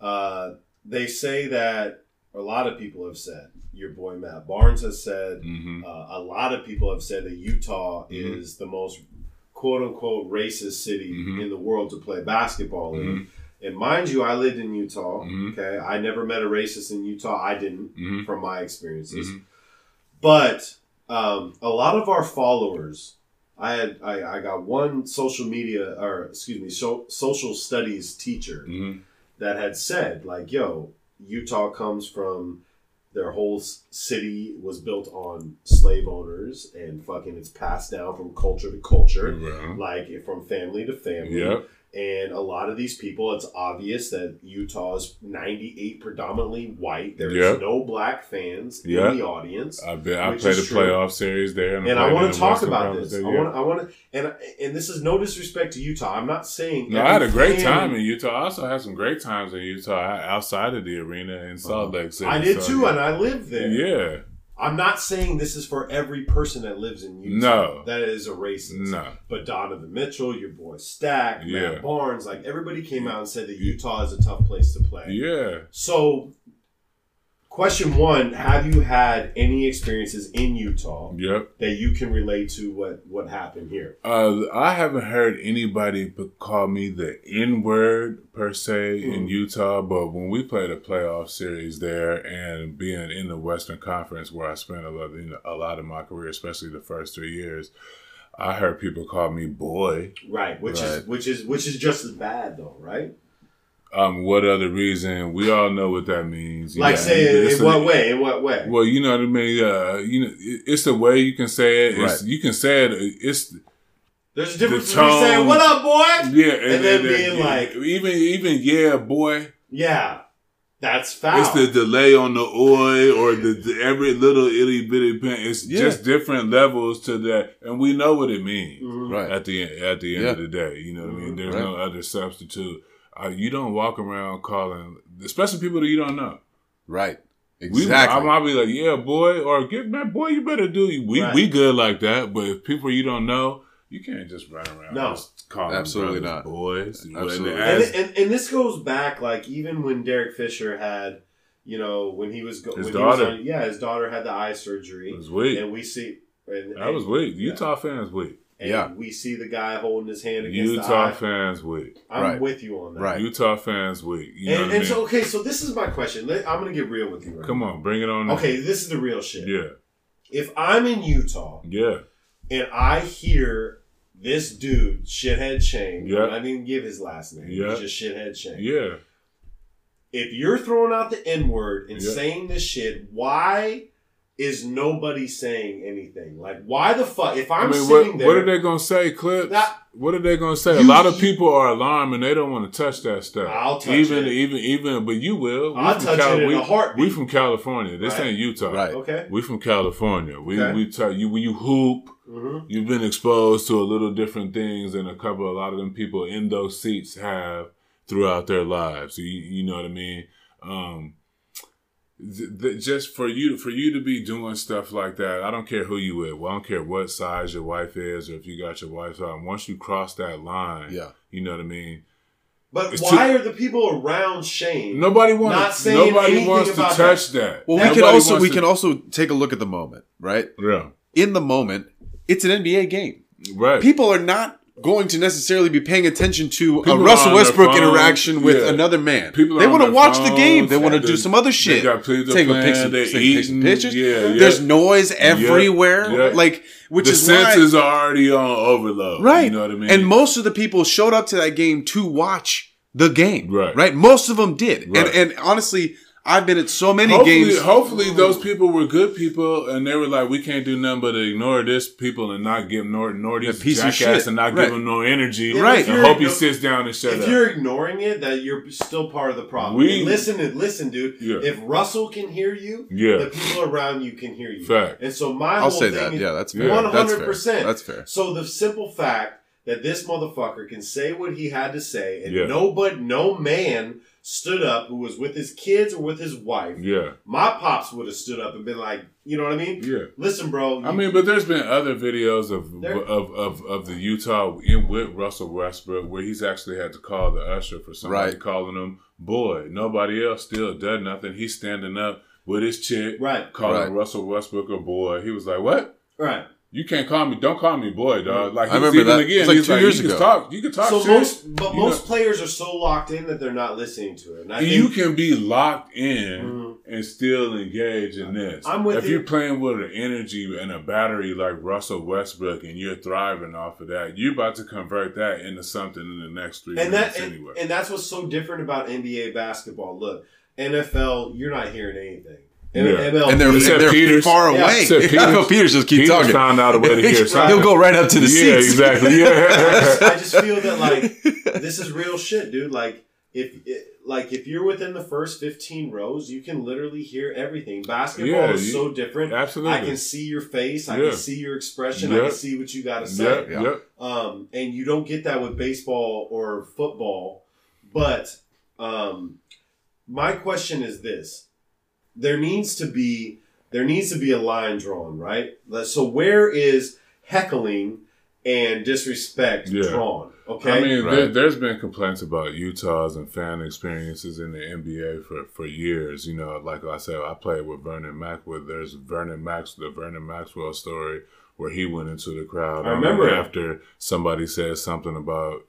Speaker 5: Uh, they say that a lot of people have said. Your boy Matt Barnes has said.
Speaker 3: hmm
Speaker 5: Uh, a lot of people have said that Utah
Speaker 3: Mhm.
Speaker 5: is the most quote unquote racist city
Speaker 3: Mhm.
Speaker 5: in the world to play basketball
Speaker 3: Mm-hmm.
Speaker 5: in. And mind you, I lived in Utah.
Speaker 3: Mhm.
Speaker 5: Okay. I never met a racist in Utah. I didn't
Speaker 3: hmm
Speaker 5: from my experiences.
Speaker 3: Mhm.
Speaker 5: But um, a lot of our followers, I had I, I got one social media or excuse me, so, social studies teacher
Speaker 3: hmm
Speaker 5: that had said like yo utah comes from their whole s- city was built on slave owners and fucking it's passed down from culture to culture like from family to family
Speaker 3: Yep.
Speaker 5: And a lot of these people, it's obvious that Utah is 98 predominantly white. There's
Speaker 3: Yep.
Speaker 5: no black fans
Speaker 3: Yep.
Speaker 5: in the audience.
Speaker 3: I've been, I
Speaker 5: Which
Speaker 3: played a
Speaker 5: is true.
Speaker 3: playoff series there,
Speaker 5: and I
Speaker 3: played
Speaker 5: want
Speaker 3: in
Speaker 5: to
Speaker 3: the
Speaker 5: talk
Speaker 3: Western
Speaker 5: about
Speaker 3: Conference
Speaker 5: this. I
Speaker 3: there, yeah.
Speaker 5: want. I want to, and and this is no disrespect to Utah. I'm not saying.
Speaker 3: No, I had a
Speaker 5: every
Speaker 3: great
Speaker 5: fan-
Speaker 3: time in Utah. I also had some great times in Utah I- outside of the arena in Salt Lake City.
Speaker 5: Uh-huh. I did
Speaker 3: so,
Speaker 5: too, and I lived there.
Speaker 3: yeah,
Speaker 5: I'm not saying this is for every person that lives in Utah.
Speaker 3: No.
Speaker 5: That is a racist.
Speaker 3: no,
Speaker 5: But Donovan Mitchell, your boy Stack,
Speaker 3: Yeah.
Speaker 5: Matt Barnes, like everybody came out and said that Utah is a tough place to play.
Speaker 3: yeah.
Speaker 5: So, question one Have you had any experiences in Utah
Speaker 3: Yep.
Speaker 5: that you can relate to what, what happened here?
Speaker 3: Uh, I haven't heard anybody b- call me the N word per se
Speaker 5: Hmm.
Speaker 3: in Utah, but when we played a playoff series there and being in the Western Conference where I spent a lot, you know, a lot of my career, especially the first three years, I heard people call me boy.
Speaker 5: Right, which is
Speaker 3: Right.
Speaker 5: which is which is just as bad though, right?
Speaker 3: Um, what other reason? We all know what that means.
Speaker 5: Like
Speaker 3: Yeah,
Speaker 5: say
Speaker 3: it's
Speaker 5: in
Speaker 3: a-
Speaker 5: what way? In what way?
Speaker 3: Well, you know what I mean. Uh, you know, it- it's the way you can say it. It's,
Speaker 1: Right.
Speaker 3: You can say it. It's
Speaker 5: There's a difference
Speaker 3: the
Speaker 5: between saying
Speaker 3: tone-
Speaker 5: "What up, boy?"
Speaker 3: yeah,
Speaker 5: and, then being
Speaker 3: yeah,
Speaker 5: like,
Speaker 3: even even yeah, boy.
Speaker 5: "Yeah, that's foul."
Speaker 3: It's the delay on the oi or the, the every little itty bitty pin. It's
Speaker 4: Yeah.
Speaker 3: just different levels to that, and we know what it means
Speaker 5: Mhm.
Speaker 4: Right.
Speaker 3: at the end, at the end of the day. You know what I
Speaker 5: Mm-hmm.
Speaker 3: mean? There's
Speaker 4: Right.
Speaker 3: no other substitute. Uh, you don't walk around calling, especially people that you don't know.
Speaker 4: Right.
Speaker 3: We,
Speaker 4: Exactly.
Speaker 3: I might be like, yeah, boy, or get man, boy, you better do. We
Speaker 5: Right.
Speaker 3: we good like that, but if people you don't know, you can't just run around.
Speaker 5: No.
Speaker 3: just call them
Speaker 4: Absolutely
Speaker 3: brothers
Speaker 4: not.
Speaker 3: boys.
Speaker 4: Absolutely.
Speaker 3: When
Speaker 5: and,
Speaker 3: as-
Speaker 5: and, and this goes back like even when Derek Fisher had you know when he was go-
Speaker 3: His
Speaker 5: when he
Speaker 3: daughter.
Speaker 5: was on, yeah his daughter had the eye surgery
Speaker 3: It was weak.
Speaker 5: and we see and,
Speaker 3: That was weak. Utah fans weak.
Speaker 5: and
Speaker 4: yeah.
Speaker 5: we see the guy holding his hand against
Speaker 3: Utah
Speaker 5: the eye
Speaker 3: fans weak.
Speaker 5: I'm
Speaker 4: Right.
Speaker 5: with you on that
Speaker 4: Right.
Speaker 3: Utah fans weak. You know
Speaker 5: and,
Speaker 3: what I
Speaker 5: and
Speaker 3: mean?
Speaker 5: so okay so this is my question Let- I'm gonna get real with you right
Speaker 3: Come
Speaker 5: now.
Speaker 3: on, bring it on. in.
Speaker 5: okay this is the real shit
Speaker 3: Yeah.
Speaker 5: if I'm in Utah
Speaker 3: Yeah.
Speaker 5: and I hear this dude shithead Shane
Speaker 3: Yeah.
Speaker 5: I didn't give his last name
Speaker 3: Yeah.
Speaker 5: he's just shithead Shane
Speaker 3: Yeah.
Speaker 5: if you're throwing out the N word and
Speaker 3: Yeah.
Speaker 5: saying this shit, why is nobody saying anything? Like, why the fuck? If I'm
Speaker 3: I mean,
Speaker 5: sitting
Speaker 3: what,
Speaker 5: there,
Speaker 3: what are they gonna say, Clips?
Speaker 5: That-
Speaker 3: what are they gonna say?
Speaker 5: You-
Speaker 3: a lot of
Speaker 5: you-
Speaker 3: people are alarmed and they don't want to touch that stuff.
Speaker 5: I'll touch
Speaker 3: even,
Speaker 5: it.
Speaker 3: even, even. But you will. We
Speaker 5: I'll
Speaker 3: from
Speaker 5: touch it in
Speaker 3: we,
Speaker 5: a heartbeat.
Speaker 3: We from California. This
Speaker 5: Right.
Speaker 3: ain't Utah.
Speaker 4: Right.
Speaker 5: okay,
Speaker 3: We from California. We
Speaker 5: Okay.
Speaker 3: we tell you when you hoop,
Speaker 5: hmm
Speaker 3: you've been exposed to a little different things than a couple. A lot of them people in those seats have throughout their lives. So you, you know what I mean. Um, th- th- just for you for you to be doing stuff like that, I don't care who you with. Well, I don't care what size your wife is or if you got your wife on. Once you cross that line,
Speaker 4: Yeah.
Speaker 3: you know what I mean.
Speaker 5: but
Speaker 3: It's
Speaker 5: why are the people around Shane?
Speaker 3: Nobody
Speaker 5: Not
Speaker 3: wants
Speaker 5: saying
Speaker 3: nobody
Speaker 5: anything
Speaker 3: wants to
Speaker 5: about
Speaker 3: touch that.
Speaker 4: Well, we
Speaker 3: Nobody
Speaker 4: can also
Speaker 3: wants
Speaker 4: we
Speaker 3: to-
Speaker 4: can also take a look at the moment, right?
Speaker 3: yeah
Speaker 4: In the moment, it's an NBA game.
Speaker 3: right.
Speaker 4: People are not going to necessarily be paying attention to
Speaker 3: People
Speaker 4: a
Speaker 3: are on
Speaker 4: Russell
Speaker 3: their
Speaker 4: Westbrook
Speaker 3: phones.
Speaker 4: interaction with
Speaker 3: Yeah.
Speaker 4: another man.
Speaker 3: People are
Speaker 4: they
Speaker 3: on
Speaker 4: want to
Speaker 3: their
Speaker 4: watch the
Speaker 3: phones.
Speaker 4: game. They want to
Speaker 3: They-
Speaker 4: do some other shit.
Speaker 3: got people
Speaker 4: Take a
Speaker 3: playing,
Speaker 4: picture,
Speaker 3: they
Speaker 4: take some
Speaker 3: eating.
Speaker 4: pictures.
Speaker 3: Yeah, yeah.
Speaker 4: There's noise everywhere.
Speaker 3: Yeah.
Speaker 4: Like which
Speaker 3: the
Speaker 4: is
Speaker 3: senses
Speaker 4: why,
Speaker 3: are already on overload.
Speaker 4: right.
Speaker 3: You know what I mean?
Speaker 4: And most of the people showed up to that game to watch the game.
Speaker 3: Right.
Speaker 4: Right. Most of them did.
Speaker 3: Right.
Speaker 4: And and honestly, I've been at so many
Speaker 3: hopefully,
Speaker 4: games.
Speaker 3: hopefully those people were good people, and they were like, we can't do nothing but ignore this people and not give nor nor these
Speaker 4: A piece of
Speaker 3: jackass
Speaker 4: shit.
Speaker 3: and not
Speaker 4: Right.
Speaker 3: give them no energy.
Speaker 5: Yeah,
Speaker 4: Right.
Speaker 5: if
Speaker 3: And
Speaker 5: you're
Speaker 3: hope he
Speaker 5: igno-
Speaker 3: sits down and shut
Speaker 5: If
Speaker 3: up.
Speaker 5: you're ignoring it, that you're still part of the problem.
Speaker 3: We-
Speaker 5: And listen, and listen, dude.
Speaker 3: Yeah.
Speaker 5: If Russell can hear you,
Speaker 3: Yeah.
Speaker 5: the people around you can hear you.
Speaker 3: Fact.
Speaker 5: And so my whole
Speaker 4: I'll say
Speaker 5: thing
Speaker 4: that.
Speaker 5: is-
Speaker 4: Yeah, that's fair.
Speaker 5: One
Speaker 4: That's
Speaker 5: hundred
Speaker 4: fair.
Speaker 5: percent.
Speaker 4: That's fair.
Speaker 5: So the simple fact that this motherfucker can say what he had to say, and
Speaker 3: Yeah.
Speaker 5: no, but no man stood up who was with his kids or with his wife.
Speaker 3: Yeah,
Speaker 5: My pops would have stood up and been like, you know what I mean?
Speaker 3: yeah.
Speaker 5: Listen, bro.
Speaker 3: I mean, but there's been other videos of
Speaker 5: There-
Speaker 3: of, of of the Utah in with Russell Westbrook where he's actually had to call the usher for somebody
Speaker 4: Right.
Speaker 3: calling him boy. Nobody else still does nothing. He's standing up with his chick,
Speaker 5: right,
Speaker 3: calling
Speaker 4: Right.
Speaker 3: Russell Westbrook a boy. He was like, "What?
Speaker 5: right.
Speaker 3: You can't call me. Don't call me boy, dog. Like
Speaker 4: I
Speaker 3: he's
Speaker 4: remember
Speaker 3: even
Speaker 4: that.
Speaker 3: again.
Speaker 4: It's like
Speaker 3: he's
Speaker 4: two
Speaker 3: like,
Speaker 4: years
Speaker 3: you
Speaker 4: ago.
Speaker 3: Can talk, you can talk.
Speaker 5: so
Speaker 3: shit.
Speaker 5: most, but
Speaker 3: You
Speaker 5: most players are so locked in that they're not listening to it. And I
Speaker 3: know,
Speaker 5: think,
Speaker 3: you can be locked in
Speaker 5: Mhm.
Speaker 3: and still engage in this.
Speaker 5: I'm with
Speaker 3: if
Speaker 5: you.
Speaker 3: you're playing with an energy and a battery like Russell Westbrook, and you're thriving off of that, you're about to convert that into something in the next three
Speaker 5: and
Speaker 3: minutes
Speaker 5: that and,
Speaker 3: anyway.
Speaker 5: and that's what's so different about NBA basketball. Look, NFL, you're not hearing anything. And
Speaker 3: Yeah.
Speaker 5: MLB,
Speaker 4: And they're, and
Speaker 3: Except
Speaker 4: they're
Speaker 3: Peters.
Speaker 4: far
Speaker 5: Yeah,
Speaker 4: away. (laughs)
Speaker 3: except Peters.
Speaker 4: Peters, just keep
Speaker 3: Peters
Speaker 4: talking.
Speaker 3: found out a way to get
Speaker 4: (laughs)
Speaker 3: signed.
Speaker 4: He'll go right up to the
Speaker 3: yeah,
Speaker 4: seats. (laughs)
Speaker 3: exactly.
Speaker 5: I
Speaker 3: Yeah.
Speaker 5: just- I just feel that like this is real shit, dude. Like if it, like if you're within the first 15 rows, you can literally hear everything. Basketball
Speaker 3: Yeah,
Speaker 5: is
Speaker 3: you-
Speaker 5: so different.
Speaker 3: absolutely.
Speaker 5: I can see your face. I
Speaker 3: Yeah.
Speaker 5: can see your expression. I
Speaker 3: Yeah.
Speaker 5: can see what you got to say.
Speaker 3: Yep,
Speaker 4: Yeah.
Speaker 3: yep.
Speaker 5: Um, and you don't get that with baseball or football. But um, my question is this: there needs to be there needs to be a line drawn, right? Like, So where is heckling and disrespect
Speaker 3: Yeah.
Speaker 5: drawn? Okay,
Speaker 3: I mean,
Speaker 4: Right.
Speaker 3: there, there's been complaints about Utah's and fan experiences in the NBA for, for years. You know, like I said, I played with Vernon Maxwell. There's Vernon Max, the Vernon Maxwell story where he went into the crowd.
Speaker 5: I remember it.
Speaker 3: after somebody said something about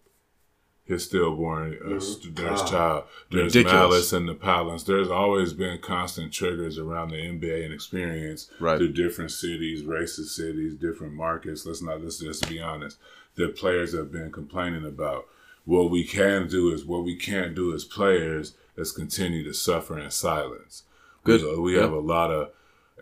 Speaker 3: his stillborn, uh, st- there's
Speaker 5: Ah.
Speaker 3: child, there's
Speaker 4: Ridiculous.
Speaker 3: malice in the palace. There's always been constant triggers around the NBA and experience
Speaker 4: Right.
Speaker 3: through different cities, racist cities, different markets. Let's not let's just be honest. The players have been complaining about what we can do is what we can't do as players is continue to suffer in silence.
Speaker 4: Good.
Speaker 3: We, we have a lot of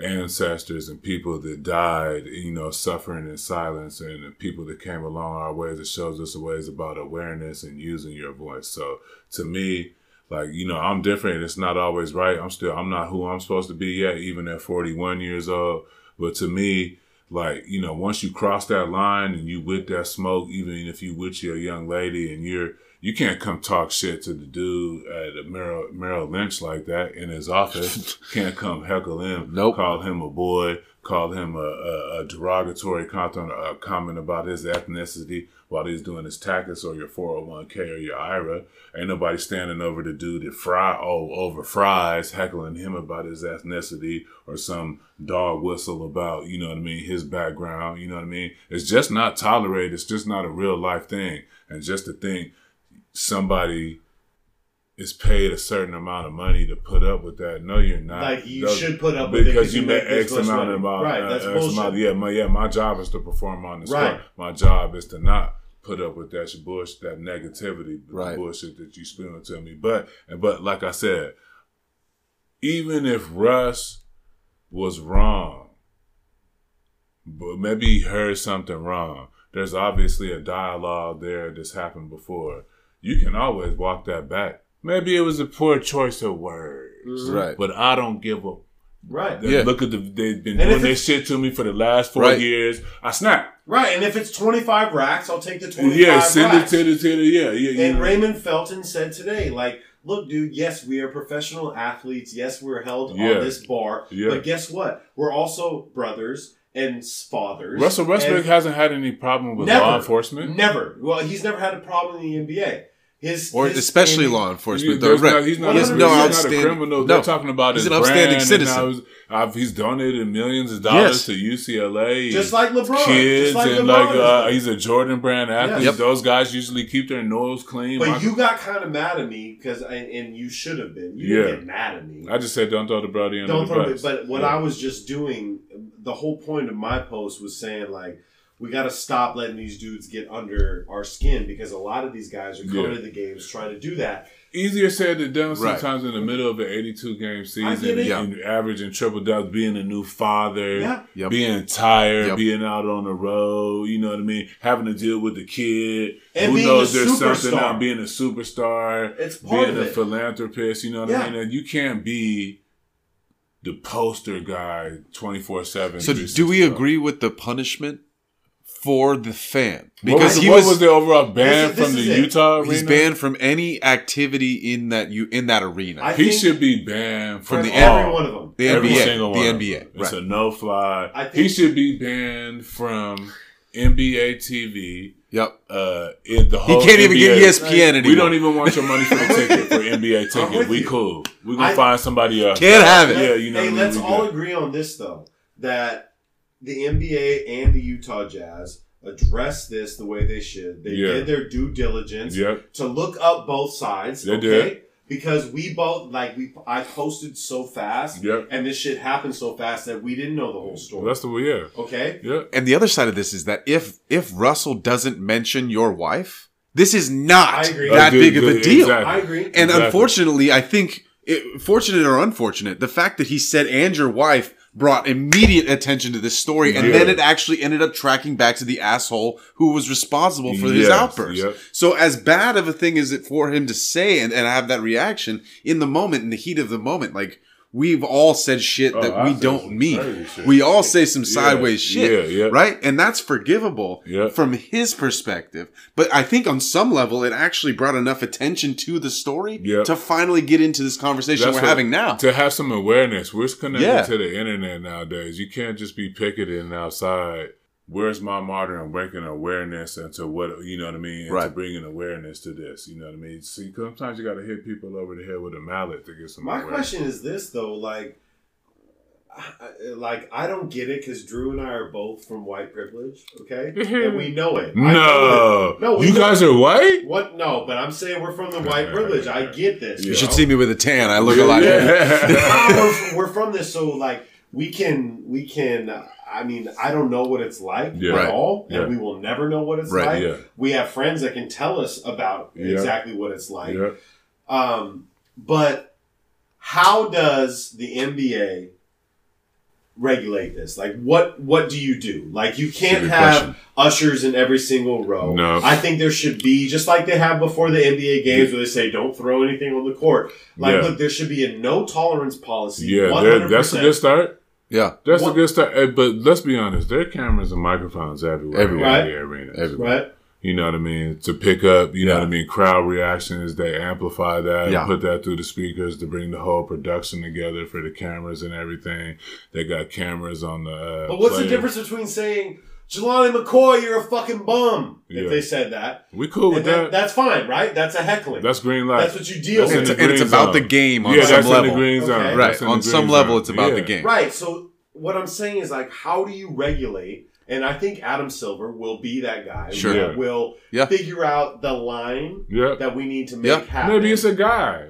Speaker 3: ancestors and people that died, you know, suffering in silence, and the people that came along our ways. It shows us the ways about awareness and using your voice. So to me, like you know, I'm different. It's not always right. I'm still I'm not who I'm supposed to be yet, even at 41 years old. But to me, like you know, once you cross that line and you with that smoke, even if you with your young lady and you're you can't come talk shit to the dude at Merrill, Merrill Lynch like that in his office. can't come heckle him.
Speaker 4: Nope.
Speaker 3: Call him a boy. Call him a, a, a derogatory comment, a comment about his ethnicity while he's doing his taxes or your 401k or your IRA. Ain't nobody standing over the dude that fry oh over fries, heckling him about his ethnicity or some dog whistle about, you know what I mean, his background, you know what I mean? It's just not tolerated. It's just not a real life thing. And just to think somebody is paid a certain amount of money to put up with that. No, you're not.
Speaker 5: like you
Speaker 3: Those-
Speaker 5: should put up with it
Speaker 3: because you make
Speaker 5: this
Speaker 3: X
Speaker 5: much
Speaker 3: amount
Speaker 5: money.
Speaker 3: of amount,
Speaker 5: right?
Speaker 3: uh,
Speaker 5: That's
Speaker 3: X
Speaker 5: bullshit.
Speaker 3: amount- yeah, my yeah, my job is to perform on the spot.
Speaker 5: Right.
Speaker 3: My job is to not put up with that bullshit, that negativity, the
Speaker 4: Right.
Speaker 3: bullshit that you spewing to me. But but like I said, even if Russ was wrong, but maybe he heard something wrong. There's obviously a dialogue there that's happened before. You can always walk that back. Maybe it was a poor choice of words,
Speaker 4: Mm-hmm. Right.
Speaker 3: but I don't give a
Speaker 5: Right,
Speaker 3: they
Speaker 4: Yeah.
Speaker 3: Look at the they've been
Speaker 5: And if
Speaker 3: doing
Speaker 5: it's-
Speaker 3: this shit to me for the last four
Speaker 4: Right.
Speaker 3: years. I snap.
Speaker 5: right. And if it's twenty five racks, I'll take the twenty five.
Speaker 3: Yeah, send
Speaker 5: racks.
Speaker 3: it to the to the yeah yeah.
Speaker 5: And
Speaker 3: yeah.
Speaker 5: Raymond Felton said today, like, look, dude, yes, we are professional athletes. Yes, we're held
Speaker 3: Yeah.
Speaker 5: on this bar.
Speaker 3: Yeah.
Speaker 5: But guess what? We're also brothers and s- fathers.
Speaker 3: Russell Westbrook
Speaker 5: And
Speaker 3: hasn't had any problem with
Speaker 5: Never.
Speaker 3: law enforcement.
Speaker 5: never. Well, he's never had a problem in the NBA. His
Speaker 4: Or
Speaker 5: his-
Speaker 4: especially
Speaker 5: and-
Speaker 4: law enforcement, though.
Speaker 3: There's
Speaker 4: Right.
Speaker 3: not- he's not,
Speaker 5: He
Speaker 3: he's
Speaker 5: has
Speaker 3: no
Speaker 5: no
Speaker 3: not a
Speaker 4: outstanding-
Speaker 3: criminal.
Speaker 4: no.
Speaker 3: They're talking about
Speaker 4: He's
Speaker 3: his
Speaker 4: an outstanding
Speaker 3: brand, and
Speaker 4: citizen.
Speaker 3: now he's- I've, he's donated millions of dollars
Speaker 4: Yes.
Speaker 3: to UCLA.
Speaker 5: Just like LeBron.
Speaker 3: Kids
Speaker 5: just like LeBron
Speaker 3: and like
Speaker 5: is
Speaker 3: uh,
Speaker 5: doing.
Speaker 3: he's a Jordan brand athlete.
Speaker 5: Yep.
Speaker 3: Those guys usually keep their nose clean.
Speaker 5: But
Speaker 3: My-
Speaker 5: you got kind of mad at me because, and, and you should have been. You
Speaker 3: Yeah.
Speaker 5: didn't get mad at me.
Speaker 3: I just said don't throw the brother in
Speaker 5: Don't
Speaker 3: the
Speaker 5: throw
Speaker 3: bus.
Speaker 5: it. But what
Speaker 3: Yeah.
Speaker 5: I was just doing, the whole point of my post was saying like, we got to stop letting these dudes get under our skin because a lot of these guys are coming
Speaker 3: Yeah.
Speaker 5: to the games trying to do that.
Speaker 3: easier said than done
Speaker 4: Right.
Speaker 3: sometimes in the middle of an 82
Speaker 5: I
Speaker 3: game
Speaker 5: get
Speaker 3: season
Speaker 5: it.
Speaker 4: Yeah.
Speaker 3: and averaging triple doubles being a new father
Speaker 5: Yeah.
Speaker 4: Yep.
Speaker 3: being tired
Speaker 4: Yep.
Speaker 3: being out on the road you know what i mean having to deal with the kid
Speaker 5: And
Speaker 3: who
Speaker 5: being
Speaker 3: knows
Speaker 5: a
Speaker 3: there's something
Speaker 5: superstar.
Speaker 3: out being a superstar
Speaker 5: It's part
Speaker 3: being
Speaker 5: of
Speaker 3: a
Speaker 5: it.
Speaker 3: philanthropist you know what i
Speaker 5: Yeah.
Speaker 3: mean and you can't be the poster guy 24-7
Speaker 4: So do we agree with the punishment for the fan?
Speaker 3: because what, was,
Speaker 4: Because he
Speaker 3: what
Speaker 4: was,
Speaker 3: was the overall
Speaker 5: This
Speaker 3: ban
Speaker 5: is-
Speaker 3: from
Speaker 5: this
Speaker 3: the
Speaker 5: is it.
Speaker 3: utah arena
Speaker 4: he's banned from any activity in that you in that arena.
Speaker 5: I-
Speaker 3: he
Speaker 5: think-
Speaker 3: should be banned
Speaker 5: From
Speaker 3: from the
Speaker 5: every
Speaker 3: all.
Speaker 5: one of them.
Speaker 4: the
Speaker 3: Every
Speaker 4: NBA,
Speaker 3: single
Speaker 4: the
Speaker 3: one. of
Speaker 4: NBA,
Speaker 3: them. It's
Speaker 4: right?
Speaker 3: a no fly.
Speaker 5: I think-
Speaker 3: he should be banned from NBA TV.
Speaker 4: yep.
Speaker 3: Uh, in the
Speaker 4: He
Speaker 3: whole
Speaker 4: can't even
Speaker 3: NBA
Speaker 4: get E ESPN anymore.
Speaker 3: We don't even want your money
Speaker 5: (laughs)
Speaker 3: for the ticket for NBA ticket.
Speaker 5: with
Speaker 3: We
Speaker 5: you.
Speaker 3: cool. We gonna
Speaker 5: I-
Speaker 3: find somebody else.
Speaker 4: Can't have it.
Speaker 3: Yeah, you know.
Speaker 5: Hey,
Speaker 3: what I mean?
Speaker 5: let's
Speaker 3: We
Speaker 5: all
Speaker 3: good.
Speaker 5: agree on this though that the NBA and the Utah Jazz address this the way they should. They
Speaker 3: Yeah.
Speaker 5: did their due diligence
Speaker 3: Yep.
Speaker 5: to look up both sides.
Speaker 3: They
Speaker 5: okay?
Speaker 3: did.
Speaker 5: Because we both like we I posted so fast,
Speaker 3: Yep.
Speaker 5: and this shit happened so fast that we didn't know the whole story.
Speaker 3: That's the way. Yeah.
Speaker 5: okay,
Speaker 3: Yeah.
Speaker 4: And the other side of this is that if if Russell doesn't mention your wife, this is not
Speaker 5: I agree.
Speaker 4: that
Speaker 3: Uh, good,
Speaker 4: big of a
Speaker 3: good,
Speaker 4: deal.
Speaker 3: exactly.
Speaker 5: I agree.
Speaker 4: And
Speaker 3: Exactly.
Speaker 4: unfortunately, I think it, fortunate or unfortunate, the fact that he said and your wife brought immediate attention to this story, and then
Speaker 3: Yeah.
Speaker 4: it actually ended up tracking back to the asshole who was responsible for his
Speaker 3: Yes,
Speaker 4: outburst.
Speaker 3: yep.
Speaker 4: So, as bad of a thing is it for him to say and, and have that reaction in the moment, in the heat of the moment, like. We've all said shit
Speaker 3: Oh,
Speaker 4: that
Speaker 3: I've
Speaker 4: we
Speaker 3: said
Speaker 4: don't
Speaker 3: some
Speaker 4: mean.
Speaker 3: crazy shit.
Speaker 4: We all say some sideways shit,
Speaker 3: yeah, yeah.
Speaker 4: right? And that's forgivable
Speaker 3: Yeah.
Speaker 4: from his perspective. But I think on some level, it actually brought enough attention to the story
Speaker 3: Yeah.
Speaker 4: to finally get into this conversation we're
Speaker 3: what-
Speaker 4: having now.
Speaker 3: To have some awareness. We're connected
Speaker 4: Yeah.
Speaker 3: to the internet nowadays. You can't just be picketing outside. Where's my martyr and breaking awareness into what, you know what I mean? And to
Speaker 4: Right.
Speaker 3: bringing awareness to this, you know what I mean? See, sometimes you got to hit people over the head with a mallet to get some
Speaker 5: My
Speaker 3: awareness.
Speaker 5: question is this though, like, (sighs) I- I- like I don't get it because Drew and I are both from white privilege, okay, and we know it. I know
Speaker 3: No.
Speaker 5: it. no, we
Speaker 3: you
Speaker 5: know
Speaker 3: guys
Speaker 5: it.
Speaker 3: are white?
Speaker 5: What? No, but I'm saying we're from the white privilege. I get this.
Speaker 3: You
Speaker 4: You
Speaker 5: bro.
Speaker 4: should see me with a tan. I look a lot
Speaker 3: (laughs)
Speaker 4: better.
Speaker 3: Yeah.
Speaker 5: Nah, we're, we're from this, so like we can we can. uh, I mean, I don't know what it's like
Speaker 3: Yeah.
Speaker 5: at
Speaker 4: Right.
Speaker 5: all,
Speaker 3: Yeah.
Speaker 5: and we will never know what it's like.
Speaker 4: Right,
Speaker 3: yeah.
Speaker 5: We have friends that can tell us about
Speaker 3: Yeah.
Speaker 5: exactly what it's like.
Speaker 3: Yeah.
Speaker 5: Um, but how does the NBA regulate this? Like, what what do you do? Like, you can't
Speaker 4: Good
Speaker 5: have
Speaker 4: question.
Speaker 5: ushers in every single row.
Speaker 3: No.
Speaker 5: I think there should be just like they have before the NBA games, where they say don't throw anything on the court. Like,
Speaker 3: Yeah.
Speaker 5: look, there should be a no tolerance policy.
Speaker 3: Yeah,
Speaker 5: 100%.
Speaker 3: that- that's a good start.
Speaker 4: Yeah.
Speaker 3: That's
Speaker 5: What-
Speaker 3: a good start. Eh, But let's be honest, there are cameras and microphones everywhere.
Speaker 4: Everywhere.
Speaker 3: in the arenas.
Speaker 4: Everywhere.
Speaker 5: right?
Speaker 3: You know what I mean? To pick up, you know
Speaker 5: Yeah.
Speaker 3: what I mean, crowd reactions, they amplify that
Speaker 4: Yeah.
Speaker 3: and put that through the speakers to bring the whole production together for the cameras and everything. They got cameras on the uh,
Speaker 5: But what's
Speaker 3: players.
Speaker 5: the difference between saying Jelani McCoy, you're a fucking bum?
Speaker 3: Yeah.
Speaker 5: If they said that,
Speaker 3: We cool with
Speaker 5: and then,
Speaker 3: that.
Speaker 5: that's fine, right? That's a heckling.
Speaker 3: That's green light.
Speaker 5: That's what you deal
Speaker 3: That's
Speaker 5: with.
Speaker 4: It's,
Speaker 3: in the
Speaker 4: and it's
Speaker 3: green
Speaker 4: about
Speaker 3: zone.
Speaker 4: the game on
Speaker 3: yeah,
Speaker 4: some
Speaker 3: that's in the
Speaker 4: level.
Speaker 3: green zone.
Speaker 5: Okay.
Speaker 4: Right.
Speaker 3: That's in
Speaker 4: On
Speaker 3: the
Speaker 4: some
Speaker 3: green
Speaker 4: level,
Speaker 3: zone.
Speaker 4: it's about
Speaker 3: Yeah.
Speaker 4: the game.
Speaker 5: Right. So what I'm saying is like, how do you regulate? And I think Adam Silver will be that guy.
Speaker 4: Sure.
Speaker 5: That will
Speaker 4: Yeah.
Speaker 5: figure out the line
Speaker 3: Yeah.
Speaker 5: that we need to make
Speaker 4: Yeah.
Speaker 5: happen.
Speaker 3: Maybe it's a guy.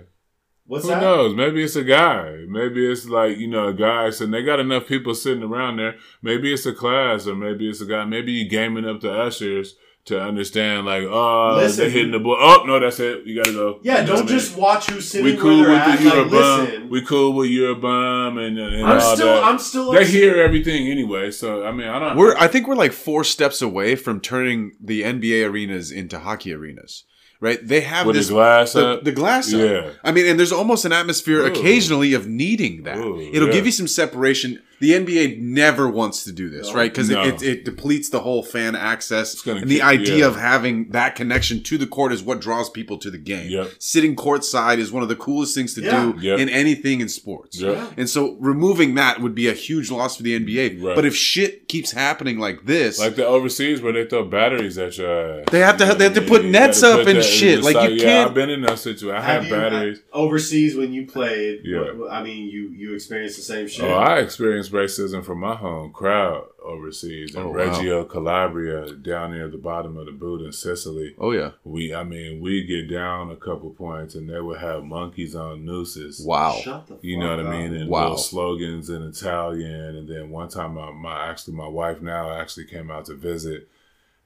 Speaker 5: what's
Speaker 3: Who
Speaker 5: that?
Speaker 3: knows? Maybe it's a guy. Maybe it's like, you know, a guy. So they got enough people sitting around there. Maybe it's a class or maybe it's a guy. Maybe you gaming up the ushers to understand, like, oh,
Speaker 5: Listen.
Speaker 3: they're hitting the ball. Oh, no, that's it. You got to go.
Speaker 5: Yeah,
Speaker 3: You know what
Speaker 5: don't
Speaker 3: I mean?
Speaker 5: just watch who's sitting
Speaker 3: We cool
Speaker 5: where
Speaker 3: with
Speaker 5: they're at.
Speaker 3: the
Speaker 5: Like,
Speaker 3: Eurobum.
Speaker 5: listen,
Speaker 3: We cool with Eurobum and, and
Speaker 5: I'm
Speaker 3: all
Speaker 5: still,
Speaker 3: that.
Speaker 5: I'm still.
Speaker 3: they hear everything anyway. So, I mean, I don't.
Speaker 4: We're I think we're like four steps away from turning the NBA arenas into hockey arenas. Right? They have
Speaker 3: with
Speaker 4: this
Speaker 3: the glass
Speaker 4: the,
Speaker 3: up.
Speaker 4: the glass up.
Speaker 3: Yeah.
Speaker 4: I mean, and there's almost an atmosphere
Speaker 3: Ooh.
Speaker 4: occasionally of needing that.
Speaker 3: Ooh,
Speaker 4: It'll
Speaker 3: yeah.
Speaker 4: give you some separation. The NBA never wants to do this, right? Because
Speaker 3: No.
Speaker 4: it, it depletes the whole fan access.
Speaker 3: gonna
Speaker 4: And the
Speaker 3: kick-
Speaker 4: idea
Speaker 3: yeah.
Speaker 4: of having that connection to the court is what draws people to the game.
Speaker 3: Yep.
Speaker 4: Sitting courtside is one of the coolest things to
Speaker 5: Yeah.
Speaker 4: do
Speaker 3: Yep.
Speaker 4: in anything in sports.
Speaker 3: Yeah.
Speaker 4: And so removing that would be a huge loss for the NBA.
Speaker 3: Right.
Speaker 4: But if shit keeps happening like this,
Speaker 3: Like the overseas where they throw batteries at your ass.
Speaker 4: They have to-
Speaker 3: You know
Speaker 4: they have to
Speaker 3: what I
Speaker 4: put
Speaker 3: mean?
Speaker 4: nets
Speaker 3: gotta
Speaker 4: up
Speaker 3: put
Speaker 4: and
Speaker 3: that-
Speaker 4: shit. Like, you
Speaker 3: yeah,
Speaker 4: can't-
Speaker 3: I've been in that situation. I
Speaker 5: Have
Speaker 3: had
Speaker 5: you-
Speaker 3: batteries.
Speaker 5: overseas when you played.
Speaker 3: Yeah.
Speaker 5: what- I mean, you you experienced the same shit.
Speaker 3: Oh, I experienced racism from my home crowd overseas in
Speaker 4: Oh, wow.
Speaker 3: Reggio, Calabria, down near the bottom of the boot in Sicily.
Speaker 4: oh yeah,
Speaker 3: We, I mean, we get down a couple points, and they would have monkeys on nooses.
Speaker 4: wow,
Speaker 5: Shut the
Speaker 3: You
Speaker 5: fuck
Speaker 3: know what
Speaker 5: up.
Speaker 3: I mean? And
Speaker 4: Wow.
Speaker 3: little slogans in Italian. And then one time, my, my actually my wife now actually came out to visit,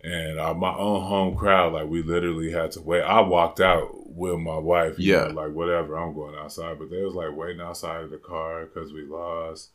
Speaker 3: and uh, my own home crowd, like we literally had to wait. I walked out with my wife. you
Speaker 4: Yeah.
Speaker 3: know, like whatever, I'm going outside. But they was like waiting outside of the car because we lost.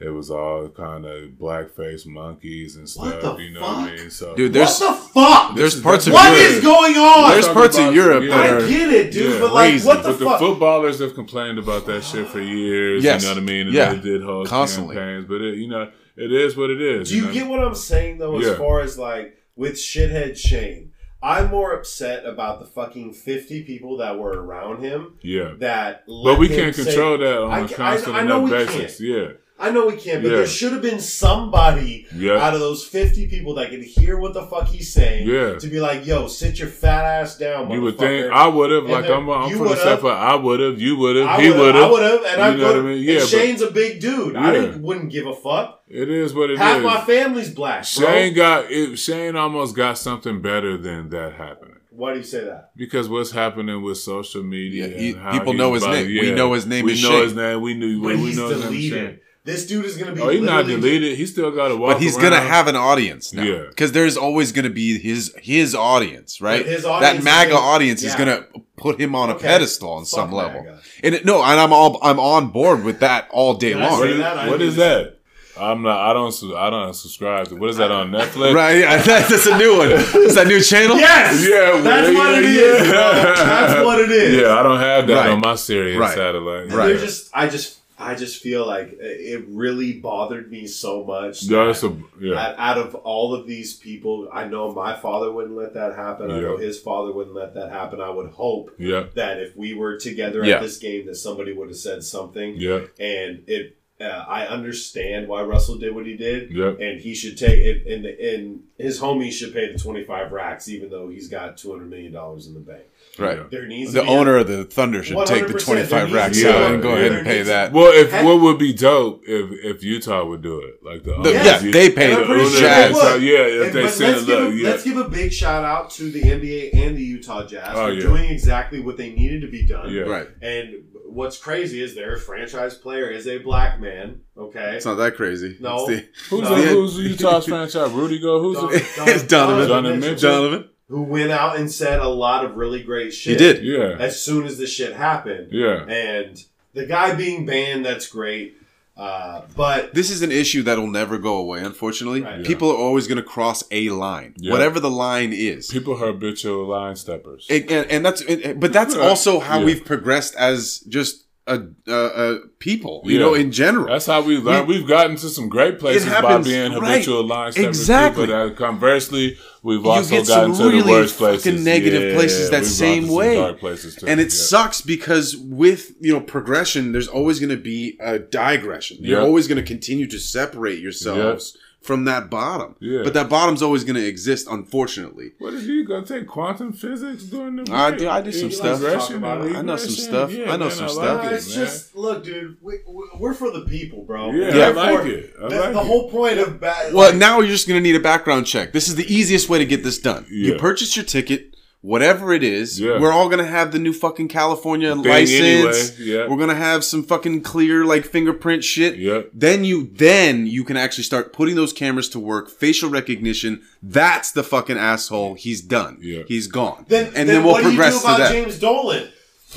Speaker 3: It was all kind of blackface monkeys and
Speaker 5: What
Speaker 3: stuff.
Speaker 5: the
Speaker 3: you know what
Speaker 5: fuck?
Speaker 3: I mean? So
Speaker 4: dude. There's
Speaker 5: what the fuck?
Speaker 4: there's parts of
Speaker 5: What
Speaker 4: Europe.
Speaker 5: is going on?
Speaker 4: There's
Speaker 3: Talking
Speaker 4: parts of
Speaker 3: about-
Speaker 4: Europe
Speaker 3: yeah.
Speaker 4: that
Speaker 5: I
Speaker 4: are
Speaker 5: get it, dude,
Speaker 3: Yeah,
Speaker 5: but like,
Speaker 4: crazy.
Speaker 5: what the
Speaker 3: but
Speaker 5: fuck?
Speaker 3: the footballers have complained about that shit for years.
Speaker 4: Yes.
Speaker 3: You know what I mean? And
Speaker 4: Yeah.
Speaker 3: they did whole
Speaker 4: Constantly.
Speaker 3: campaigns. But it, you know, it is what it is.
Speaker 5: Do you
Speaker 3: know?
Speaker 5: get what I'm saying though?
Speaker 3: Yeah.
Speaker 5: As far as like with shithead Shane, I'm more upset about the fucking 50 people that were around him
Speaker 3: Yeah.
Speaker 5: that.
Speaker 3: But
Speaker 5: let
Speaker 3: we
Speaker 5: him
Speaker 3: can't
Speaker 5: say-
Speaker 3: control that on
Speaker 5: I
Speaker 3: a
Speaker 5: ca- I-
Speaker 3: constant
Speaker 5: I know
Speaker 3: enough
Speaker 5: we
Speaker 3: basis.
Speaker 5: can't.
Speaker 3: Yeah.
Speaker 5: I know we can't, but
Speaker 3: Yeah.
Speaker 5: there should have been somebody
Speaker 3: Yeah.
Speaker 5: out of those 50 people that could hear what the fuck he's saying.
Speaker 3: Yeah.
Speaker 5: To be like, yo, sit your fat ass down.
Speaker 3: You would
Speaker 5: motherfucker."
Speaker 3: think I would have,
Speaker 5: And
Speaker 3: like
Speaker 5: then
Speaker 3: I'm, I'm
Speaker 5: you
Speaker 3: from the
Speaker 5: would've-
Speaker 3: South, but I would have, you would have,
Speaker 5: I
Speaker 3: he would
Speaker 5: would've- I
Speaker 3: have.
Speaker 5: would have, and I
Speaker 3: You know what I
Speaker 5: would.
Speaker 3: mean? Yeah,
Speaker 5: and
Speaker 3: but-
Speaker 5: Shane's a big dude. I
Speaker 3: Yeah.
Speaker 5: didn't, wouldn't give a fuck.
Speaker 3: It is what it is.
Speaker 5: Half my family's black. Bro.
Speaker 3: Shane got it, Shane almost got something better than that happening
Speaker 5: Why do you say that?
Speaker 3: because what's happening with social media,
Speaker 4: Yeah, he-
Speaker 3: and how
Speaker 4: people
Speaker 3: he's
Speaker 4: know his
Speaker 3: about-
Speaker 4: name. We know his name
Speaker 3: We
Speaker 4: is
Speaker 3: know
Speaker 4: Shane.
Speaker 3: his name. We knew.
Speaker 5: But
Speaker 3: we
Speaker 5: he's
Speaker 3: know his name is Shane.
Speaker 5: deleted. This dude is gonna be.
Speaker 3: Oh, he's not
Speaker 5: literally-
Speaker 3: deleted. He still got to walk.
Speaker 4: but he's
Speaker 3: around.
Speaker 4: gonna have an audience now
Speaker 3: Yeah.
Speaker 4: because there's always gonna be his his audience right
Speaker 5: But his audience
Speaker 4: that
Speaker 5: is
Speaker 4: maga
Speaker 5: gonna-
Speaker 4: audience is
Speaker 5: yeah.
Speaker 4: gonna put him on a
Speaker 5: Okay.
Speaker 4: pedestal on
Speaker 5: Fuck
Speaker 4: some
Speaker 5: that
Speaker 4: level.
Speaker 5: guy.
Speaker 4: And it, no, and I'm all I'm on board with that all day
Speaker 5: Can I
Speaker 4: long.
Speaker 5: say
Speaker 4: Right,
Speaker 5: that? I
Speaker 3: what
Speaker 5: do
Speaker 3: is that? I'm not. I don't. su- I don't subscribe to. What is that on Netflix?
Speaker 4: yeah, (laughs) that- that's a new one. It's that new channel.
Speaker 5: Yes,
Speaker 3: Yeah,
Speaker 5: that's
Speaker 3: well,
Speaker 5: what
Speaker 3: yeah,
Speaker 5: it is.
Speaker 3: yeah.
Speaker 5: bro. That's what it is.
Speaker 3: Yeah, I don't have that
Speaker 4: Right.
Speaker 3: on my Sirius
Speaker 4: Right.
Speaker 3: satellite.
Speaker 5: And
Speaker 4: Right.
Speaker 5: They're just, I just, I just feel like it really bothered me so much. that
Speaker 3: Yeah, that's a yeah.
Speaker 5: out- out of all of these people, I know my father wouldn't let that happen. I know
Speaker 3: Yeah.
Speaker 5: his father wouldn't let that happen. I would hope
Speaker 3: Yeah,
Speaker 5: that if we were together
Speaker 4: Yeah.
Speaker 5: at this game, that somebody would have said something.
Speaker 3: yeah,
Speaker 5: And it, uh, I understand why Russell did what he did.
Speaker 3: yeah.
Speaker 5: And he should take it, and, and his homies should pay the twenty five racks, even though he's got two hundred million dollars in the bank.
Speaker 4: Right.
Speaker 5: There needs to
Speaker 4: The
Speaker 5: be a-
Speaker 4: owner of the Thunder should take the
Speaker 5: 100%.
Speaker 4: 25
Speaker 5: There
Speaker 4: racks
Speaker 5: needs to
Speaker 3: be-
Speaker 4: out and go
Speaker 3: Yeah,
Speaker 4: ahead
Speaker 3: yeah.
Speaker 4: and pay that.
Speaker 3: Well, if what would be dope if if Utah would do it, like the
Speaker 4: The- yeah, they pay
Speaker 5: I'm
Speaker 4: the
Speaker 5: pretty sure
Speaker 4: Jazz.
Speaker 5: they would.
Speaker 3: Yeah, if
Speaker 5: And-
Speaker 3: they
Speaker 5: but
Speaker 3: send
Speaker 5: let's,
Speaker 3: a
Speaker 5: give
Speaker 3: look,
Speaker 5: a,
Speaker 3: yeah.
Speaker 5: let's give a big shout out to the NBA and the Utah Jazz
Speaker 3: Oh,
Speaker 5: for
Speaker 3: yeah.
Speaker 5: doing exactly what they needed to be done.
Speaker 3: Yeah.
Speaker 4: Right.
Speaker 5: And what's crazy is their franchise player is a black man. Okay,
Speaker 4: It's not that crazy.
Speaker 5: No.
Speaker 4: It's
Speaker 3: Who's
Speaker 5: No.
Speaker 3: the, who's the
Speaker 4: (laughs)
Speaker 3: Utah's franchise? Rudy Go. Who's
Speaker 5: Don-
Speaker 3: the,
Speaker 4: the,
Speaker 3: Donovan
Speaker 4: Donovan. Donovan.
Speaker 3: Mitchell.
Speaker 5: who went out and said a lot of really great shit.
Speaker 4: He did.
Speaker 3: yeah,
Speaker 5: as soon as this shit happened.
Speaker 3: yeah.
Speaker 5: And the guy being banned, that's great. Uh, but
Speaker 4: This is an issue that'll never go away, unfortunately.
Speaker 5: Right.
Speaker 3: Yeah.
Speaker 4: People are always going to cross a line,
Speaker 3: Yeah.
Speaker 4: whatever the line is.
Speaker 3: People are habitual line steppers.
Speaker 4: It- and, and that's, and- and- but that's
Speaker 3: Yeah.
Speaker 4: also how
Speaker 3: Yeah.
Speaker 4: we've progressed as just a, a, a people, you
Speaker 3: Yeah.
Speaker 4: know, in general.
Speaker 3: That's how we learn.
Speaker 4: We-
Speaker 3: We, have gotten to some great places
Speaker 4: It happens,
Speaker 3: by being
Speaker 4: right.
Speaker 3: habitual line steppers.
Speaker 4: Exactly.
Speaker 3: People that- conversely, we've
Speaker 4: You
Speaker 3: also
Speaker 4: get
Speaker 3: gotten
Speaker 4: some
Speaker 3: to the
Speaker 4: really
Speaker 3: worst places,
Speaker 4: fucking negative
Speaker 3: Yeah,
Speaker 4: places that
Speaker 3: we've gone
Speaker 4: same
Speaker 3: to some
Speaker 4: way.
Speaker 3: dark places too.
Speaker 4: and it
Speaker 3: yeah.
Speaker 4: sucks because with you know progression there's always going to be a digression you're
Speaker 3: Yeah.
Speaker 4: always going to continue to separate yourselves from that bottom
Speaker 3: Yeah.
Speaker 4: but that bottom's always going to exist unfortunately
Speaker 3: What is you gonna take quantum physics during the?
Speaker 4: I
Speaker 3: break?
Speaker 4: do- I do some
Speaker 3: Yeah,
Speaker 4: stuff.
Speaker 3: regression and
Speaker 5: Talk about
Speaker 4: it. I know some
Speaker 3: regression.
Speaker 4: stuff. I know
Speaker 3: man,
Speaker 4: some
Speaker 3: like
Speaker 4: stuff.
Speaker 3: it,
Speaker 5: No, it's
Speaker 3: man.
Speaker 5: just look, dude. We, we, we're for the people, bro.
Speaker 3: Yeah,
Speaker 4: Yeah.
Speaker 3: I like it. I
Speaker 5: That's
Speaker 3: like
Speaker 5: the
Speaker 3: it.
Speaker 5: whole point of bad.
Speaker 4: well now you're just going to need a background check this is the easiest way to get this done you
Speaker 3: Yeah.
Speaker 4: purchase your ticket whatever it is
Speaker 3: Yeah.
Speaker 4: we're all going to have the new fucking california
Speaker 3: Thing
Speaker 4: license
Speaker 3: anyway, yeah.
Speaker 4: we're going to have some fucking clear like fingerprint shit
Speaker 3: Yeah.
Speaker 4: then you then you can actually start putting those cameras to work facial recognition that's the fucking asshole he's done
Speaker 3: Yeah.
Speaker 4: he's gone
Speaker 5: then,
Speaker 4: and then, we'll
Speaker 5: what do you do
Speaker 4: progress to
Speaker 5: about
Speaker 4: that
Speaker 5: James Dolan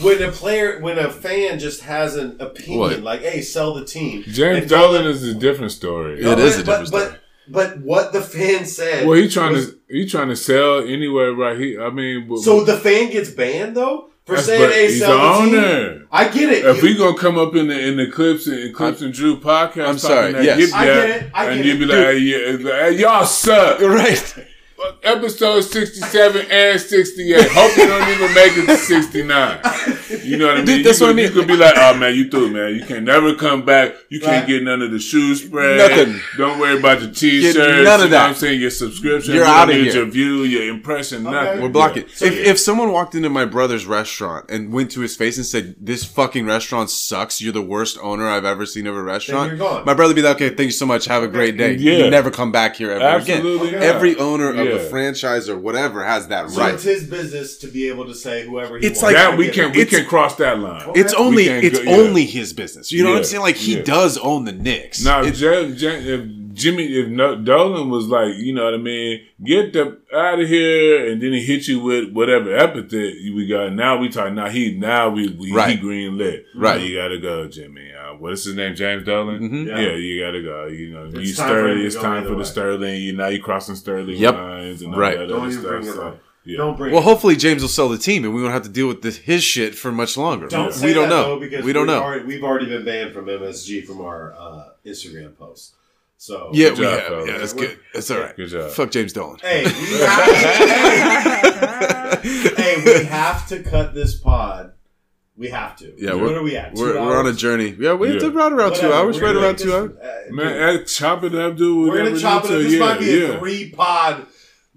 Speaker 5: when a player, when a fan just has an opinion,
Speaker 4: What?
Speaker 5: like, "Hey, sell the team."
Speaker 3: James
Speaker 5: And
Speaker 3: Dolan is a different story.
Speaker 4: It is a
Speaker 5: but-
Speaker 4: different
Speaker 5: but,
Speaker 4: story.
Speaker 5: But, but what the fan said.
Speaker 3: Well, he trying
Speaker 5: was-
Speaker 3: to he trying to sell anyway, right? He, I mean, w-
Speaker 5: So the fan gets banned though for
Speaker 3: That's-
Speaker 5: saying,
Speaker 3: but
Speaker 5: "Hey,
Speaker 3: he's
Speaker 5: sell the
Speaker 3: the
Speaker 5: team."
Speaker 3: owner.
Speaker 5: I get it.
Speaker 3: If
Speaker 5: You-
Speaker 3: we gonna come up in the in the clips and in clips and Drew podcast,
Speaker 4: I'm sorry,
Speaker 3: talking that
Speaker 4: yes.
Speaker 3: yip
Speaker 5: I get
Speaker 3: yap,
Speaker 5: it, I
Speaker 3: and
Speaker 5: get
Speaker 3: you'd be
Speaker 5: it.
Speaker 3: like, hey, yeah, hey, y'all suck.
Speaker 4: (laughs) right
Speaker 3: Episode sixty seven and sixty eight. Hope you don't even make it to sixty nine. You know what I mean?
Speaker 4: Dude, that's
Speaker 3: you,
Speaker 4: what I
Speaker 3: could,
Speaker 4: mean.
Speaker 3: you could be like, oh man, you through, man. You can never come back. You can't
Speaker 5: Right.
Speaker 3: get none of the shoe spread.
Speaker 4: Nothing.
Speaker 3: Don't worry about your t shirts.
Speaker 4: none of
Speaker 3: You know what
Speaker 4: that.
Speaker 3: I'm saying your subscription.
Speaker 4: You're
Speaker 3: we don't
Speaker 4: outta
Speaker 3: need
Speaker 4: here.
Speaker 3: Your view, your impression, nothing.
Speaker 4: we're blocking
Speaker 3: Yeah.
Speaker 4: if, if someone walked into my brother's restaurant and went to his face and said this fucking restaurant sucks you're the worst owner i've ever seen of a restaurant
Speaker 5: you're gone.
Speaker 4: my brother would be like okay thank you so much have a great day
Speaker 3: Yeah.
Speaker 4: you never come back here ever
Speaker 3: Absolutely
Speaker 4: again
Speaker 3: not.
Speaker 4: every owner of a
Speaker 3: Yeah.
Speaker 4: franchise or whatever has that
Speaker 5: so
Speaker 4: right
Speaker 5: it's his business to be able to say whoever he
Speaker 4: It's
Speaker 5: wants.
Speaker 4: like-
Speaker 3: that we
Speaker 5: I get
Speaker 3: can
Speaker 5: it.
Speaker 3: we
Speaker 4: It's-
Speaker 3: can cross that line.
Speaker 4: It's only
Speaker 3: can't
Speaker 4: it's
Speaker 3: go- yeah.
Speaker 4: only his business. You know what I'm
Speaker 3: Yeah,
Speaker 4: saying? Like he
Speaker 3: yeah.
Speaker 4: does own the Knicks.
Speaker 3: Now,
Speaker 4: It's-
Speaker 3: J- J- if Jimmy, if no, Dolan was like, you know what I mean, get the out of here, and then he hit you with whatever epithet we got. Now we talking. Now he, now we, we he
Speaker 4: Right.
Speaker 3: green lit.
Speaker 4: Right.
Speaker 3: Now you gotta go, Jimmy. Uh, what is his name? James Dolan.
Speaker 4: Mhm.
Speaker 3: Yeah.
Speaker 5: Yeah.
Speaker 3: you gotta go. You know, you
Speaker 5: It's time for him
Speaker 3: Sterling.
Speaker 5: to
Speaker 3: It's
Speaker 5: go
Speaker 3: time
Speaker 5: either
Speaker 3: for the
Speaker 5: way.
Speaker 3: Sterling. You now you crossing Sterling
Speaker 4: Yep.
Speaker 3: lines and
Speaker 4: Right.
Speaker 3: all that
Speaker 5: Don't
Speaker 3: other
Speaker 5: even
Speaker 3: stuff.
Speaker 5: bring it
Speaker 3: So,
Speaker 5: up.
Speaker 3: yeah.
Speaker 5: Don't bring.
Speaker 4: well,
Speaker 5: it.
Speaker 4: hopefully James will sell the team, and we won't have to deal with this, his shit for much longer.
Speaker 5: Don't
Speaker 4: we
Speaker 5: say
Speaker 4: don't
Speaker 5: that,
Speaker 4: know.
Speaker 5: Though, because
Speaker 4: we don't
Speaker 5: we've
Speaker 4: know.
Speaker 5: Already, we've already been banned from MSG from our uh, Instagram posts. So
Speaker 4: yeah,
Speaker 3: Good
Speaker 4: we
Speaker 3: job,
Speaker 4: have.
Speaker 3: fellas.
Speaker 4: Yeah, that's good. That's all right.
Speaker 3: Good job.
Speaker 4: Fuck James Dolan.
Speaker 5: Hey, we have, hey, we have to cut this pod. We have to.
Speaker 4: Yeah,
Speaker 5: what
Speaker 4: we're-
Speaker 5: are we at?
Speaker 4: We're,
Speaker 5: Two
Speaker 4: we're on a
Speaker 5: hours?
Speaker 4: journey. Yeah, we're
Speaker 3: Yeah.
Speaker 4: right around two
Speaker 5: Whatever,
Speaker 4: hours.
Speaker 5: we're
Speaker 4: Right
Speaker 5: gonna
Speaker 4: around
Speaker 5: make
Speaker 4: two hours.
Speaker 5: this- uh,
Speaker 3: Man, eh, chop it up, dude.
Speaker 5: We're gonna
Speaker 3: whatever
Speaker 5: chop
Speaker 3: you
Speaker 5: it
Speaker 3: do
Speaker 5: up.
Speaker 3: to-
Speaker 5: This might be
Speaker 3: yeah,
Speaker 5: a
Speaker 3: yeah.
Speaker 5: three pod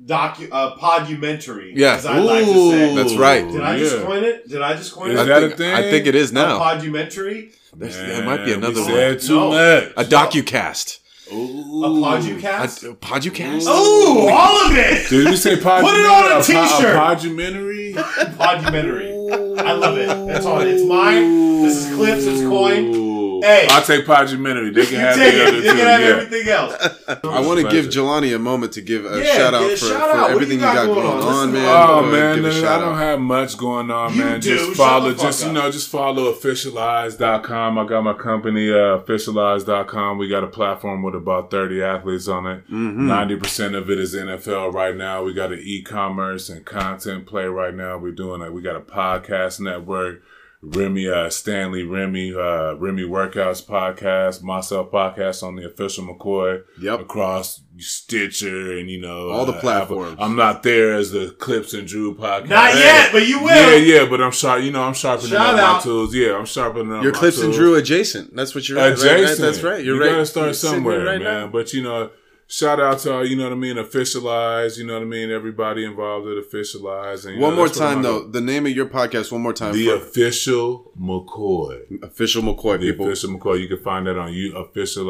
Speaker 5: docu uh, podumentary.
Speaker 4: Yeah.
Speaker 5: as I like to say.
Speaker 4: That's right.
Speaker 5: Did I just
Speaker 3: Yeah.
Speaker 5: coin it? Did I just coin
Speaker 3: Is
Speaker 5: it?
Speaker 4: I
Speaker 3: that a
Speaker 4: think,
Speaker 3: thing?
Speaker 4: I think it is
Speaker 5: A
Speaker 4: now.
Speaker 5: podumentary,
Speaker 4: There's- there might be
Speaker 3: Man,
Speaker 4: another
Speaker 3: we
Speaker 4: one.
Speaker 3: Said too
Speaker 5: No.
Speaker 3: much.
Speaker 4: A docucast.
Speaker 5: a podcast.
Speaker 4: A, a podcast.
Speaker 5: Oh, all of it!
Speaker 3: Did we say pod?
Speaker 5: Put it on a
Speaker 3: a po-
Speaker 5: t-shirt.
Speaker 3: A
Speaker 5: (laughs)
Speaker 3: podumentary.
Speaker 5: Podumentary. I love it. That's all. It's mine. This is Cliff's. It's coined. Hey.
Speaker 3: I'll take Podgeminity. They
Speaker 5: You
Speaker 3: can have
Speaker 5: take
Speaker 3: the
Speaker 5: it.
Speaker 3: other
Speaker 5: You
Speaker 3: two.
Speaker 5: can have
Speaker 3: Yeah.
Speaker 5: everything else.
Speaker 4: I want to give
Speaker 3: Pleasure.
Speaker 4: Jelani a moment to give a
Speaker 5: Yeah,
Speaker 4: shout out
Speaker 5: get
Speaker 4: for,
Speaker 5: a shout
Speaker 4: for
Speaker 5: out. What do
Speaker 4: everything
Speaker 5: you
Speaker 4: you
Speaker 5: got
Speaker 4: got
Speaker 5: going
Speaker 4: going
Speaker 5: on?
Speaker 4: on,
Speaker 5: Listen to
Speaker 4: man.
Speaker 5: it.
Speaker 4: Go
Speaker 3: Oh
Speaker 4: ahead,
Speaker 3: man,
Speaker 4: give a
Speaker 3: I
Speaker 4: shout
Speaker 3: don't
Speaker 4: out.
Speaker 3: have much going on,
Speaker 5: You
Speaker 3: man.
Speaker 5: do.
Speaker 3: Just
Speaker 5: Shut
Speaker 3: follow,
Speaker 5: the fuck
Speaker 3: just you
Speaker 5: up.
Speaker 3: know, just follow officialize.com. I got my company, uh, officialize.com. We got a platform with about 30 athletes on it.
Speaker 4: Mm-hmm.
Speaker 3: 90% of it is NFL right now. We got an e-commerce and content play right now. We're doing like, we got a podcast network. Remy, uh, Stanley Remy, uh, Remy Workouts podcast, myself podcast on the official McCoy
Speaker 4: Yep.
Speaker 3: across Stitcher and you know
Speaker 4: All the
Speaker 3: uh,
Speaker 4: platforms.
Speaker 3: Apple. I'm not there as the Clips and Drew podcast.
Speaker 5: Not
Speaker 3: Hey.
Speaker 5: yet, but you will.
Speaker 3: Yeah, yeah, but I'm sharp. You know, I'm sharpening
Speaker 5: Shout
Speaker 3: up
Speaker 5: out.
Speaker 3: my tools. Yeah, I'm sharpening up
Speaker 4: Your
Speaker 3: my
Speaker 4: clips and
Speaker 3: tools.
Speaker 4: Drew adjacent. That's what you're at,
Speaker 3: Adjacent.
Speaker 4: right? Right? That's right. You're
Speaker 3: you
Speaker 4: right.
Speaker 3: gotta start
Speaker 4: You're sitting
Speaker 3: somewhere,
Speaker 4: right
Speaker 3: man.
Speaker 4: now.
Speaker 3: But you know, shout out to all, you know what I mean, officialize. You know what I mean. Everybody involved at officialize. And, you
Speaker 4: One
Speaker 3: know,
Speaker 4: more
Speaker 3: that's what I'm
Speaker 4: time though,
Speaker 3: on.
Speaker 4: the name of your podcast. One more time,
Speaker 3: The
Speaker 4: for
Speaker 3: official McCoy.
Speaker 4: official McCoy
Speaker 3: The
Speaker 4: people.
Speaker 3: official McCoy. You can find that on you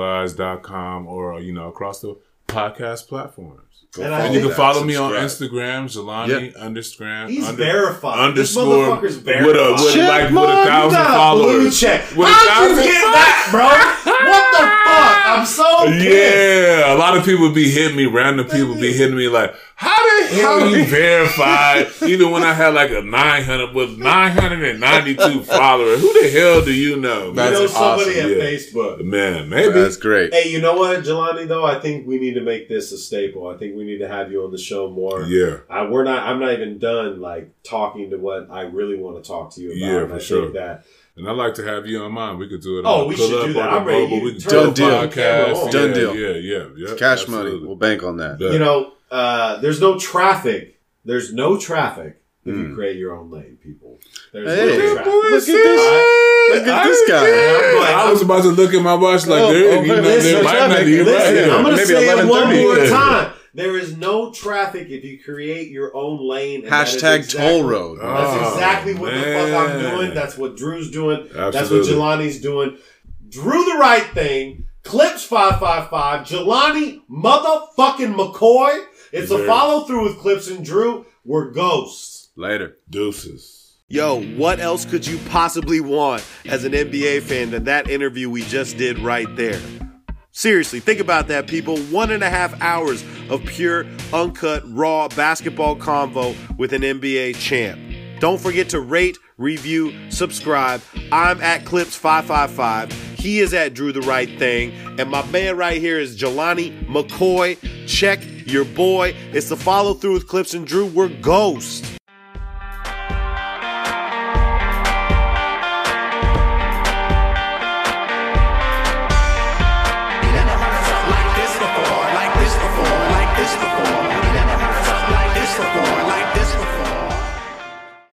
Speaker 3: officialize.com or you know across the podcast platforms.
Speaker 5: And I
Speaker 3: And you
Speaker 5: think
Speaker 3: can follow me on
Speaker 4: Subscribe.
Speaker 3: Instagram, Jelani underscribe.
Speaker 5: He's
Speaker 3: under-
Speaker 5: verified. This
Speaker 3: Underscore
Speaker 5: motherfucker's
Speaker 3: with a
Speaker 5: verified.
Speaker 3: with
Speaker 4: Check
Speaker 3: like with
Speaker 4: mark,
Speaker 3: a
Speaker 4: you
Speaker 5: You
Speaker 3: thousand
Speaker 5: got a blue
Speaker 3: followers.
Speaker 5: check.
Speaker 3: With a
Speaker 5: How'd you
Speaker 3: thousand
Speaker 5: get that, bro? What the fuck? I'm so pissed.
Speaker 3: Yeah, a lot of people be hitting me. Random people be hitting me like, "How the hell
Speaker 5: (laughs)
Speaker 3: you verified?" Even when I had like a nine hundred with nine hundred and ninety two followers, who the hell do you know?
Speaker 5: You
Speaker 4: That's
Speaker 5: know
Speaker 4: awesome,
Speaker 5: somebody
Speaker 3: yeah.
Speaker 5: at Facebook.
Speaker 3: man, maybe
Speaker 4: That's great.
Speaker 5: Hey, you know what, Jelani? Though I think we need to make this a staple. I think we need to have you on the show more.
Speaker 3: yeah.
Speaker 5: I, we're not. I'm not even done like talking to what I really want to talk to you about.
Speaker 3: Yeah,
Speaker 5: and
Speaker 3: for
Speaker 5: I
Speaker 3: sure.
Speaker 5: Think that
Speaker 3: And I'd like to have you on mine. We could do it.
Speaker 5: Oh,
Speaker 3: on
Speaker 5: we
Speaker 3: the pull
Speaker 5: should
Speaker 3: up
Speaker 5: do that.
Speaker 3: on the
Speaker 5: I'm ready.
Speaker 3: mobile.
Speaker 5: You
Speaker 3: We could
Speaker 5: turn
Speaker 3: do a
Speaker 4: the fucking
Speaker 5: camera
Speaker 3: podcast.
Speaker 5: on.
Speaker 4: Done
Speaker 3: yeah,
Speaker 4: deal.
Speaker 3: Yeah, yeah, yeah.
Speaker 4: Cash money.
Speaker 3: absolutely.
Speaker 4: We'll bank on that.
Speaker 3: Bet.
Speaker 5: you know, uh, there's no traffic. There's no traffic if
Speaker 3: Hmm.
Speaker 5: you create your own lane, people. There's
Speaker 4: Hey,
Speaker 5: no
Speaker 4: look
Speaker 5: traffic.
Speaker 4: at this. Look at this guy.
Speaker 3: I was about to look at my watch like,
Speaker 4: Oh,
Speaker 3: there,
Speaker 4: oh,
Speaker 3: you know,
Speaker 5: listen,
Speaker 3: there might not be.
Speaker 4: You're
Speaker 5: Listen,
Speaker 4: right.
Speaker 5: I'm gonna
Speaker 4: Maybe
Speaker 5: say it one
Speaker 4: 11:30.
Speaker 5: more
Speaker 3: Yeah.
Speaker 5: time. There is no traffic if you create your own lane. and that is
Speaker 4: Hashtag
Speaker 5: exactly-
Speaker 4: toll road.
Speaker 5: That's
Speaker 3: Oh,
Speaker 5: exactly what the fuck I'm
Speaker 3: man.
Speaker 5: doing. That's what Drew's doing. That's what
Speaker 3: Absolutely.
Speaker 5: Jelani's doing. Drew the right thing. Clips five five five. Jelani motherfucking McCoy. It's a
Speaker 3: Very-
Speaker 5: follow through with Clips and Drew. We're ghosts.
Speaker 4: Later.
Speaker 3: Deuces.
Speaker 6: Yo, what else could you possibly want as an NBA fan than that interview we just did right there? Seriously, think about that, people. One and a half hours of pure, uncut, raw basketball convo with an NBA champ. Don't forget to rate, review, subscribe. I'm at Clips555. He is at Drew the Right Thing. And my man right here is Jelani McCoy. Check your boy. It's the follow through with Clips and Drew. We're ghosts.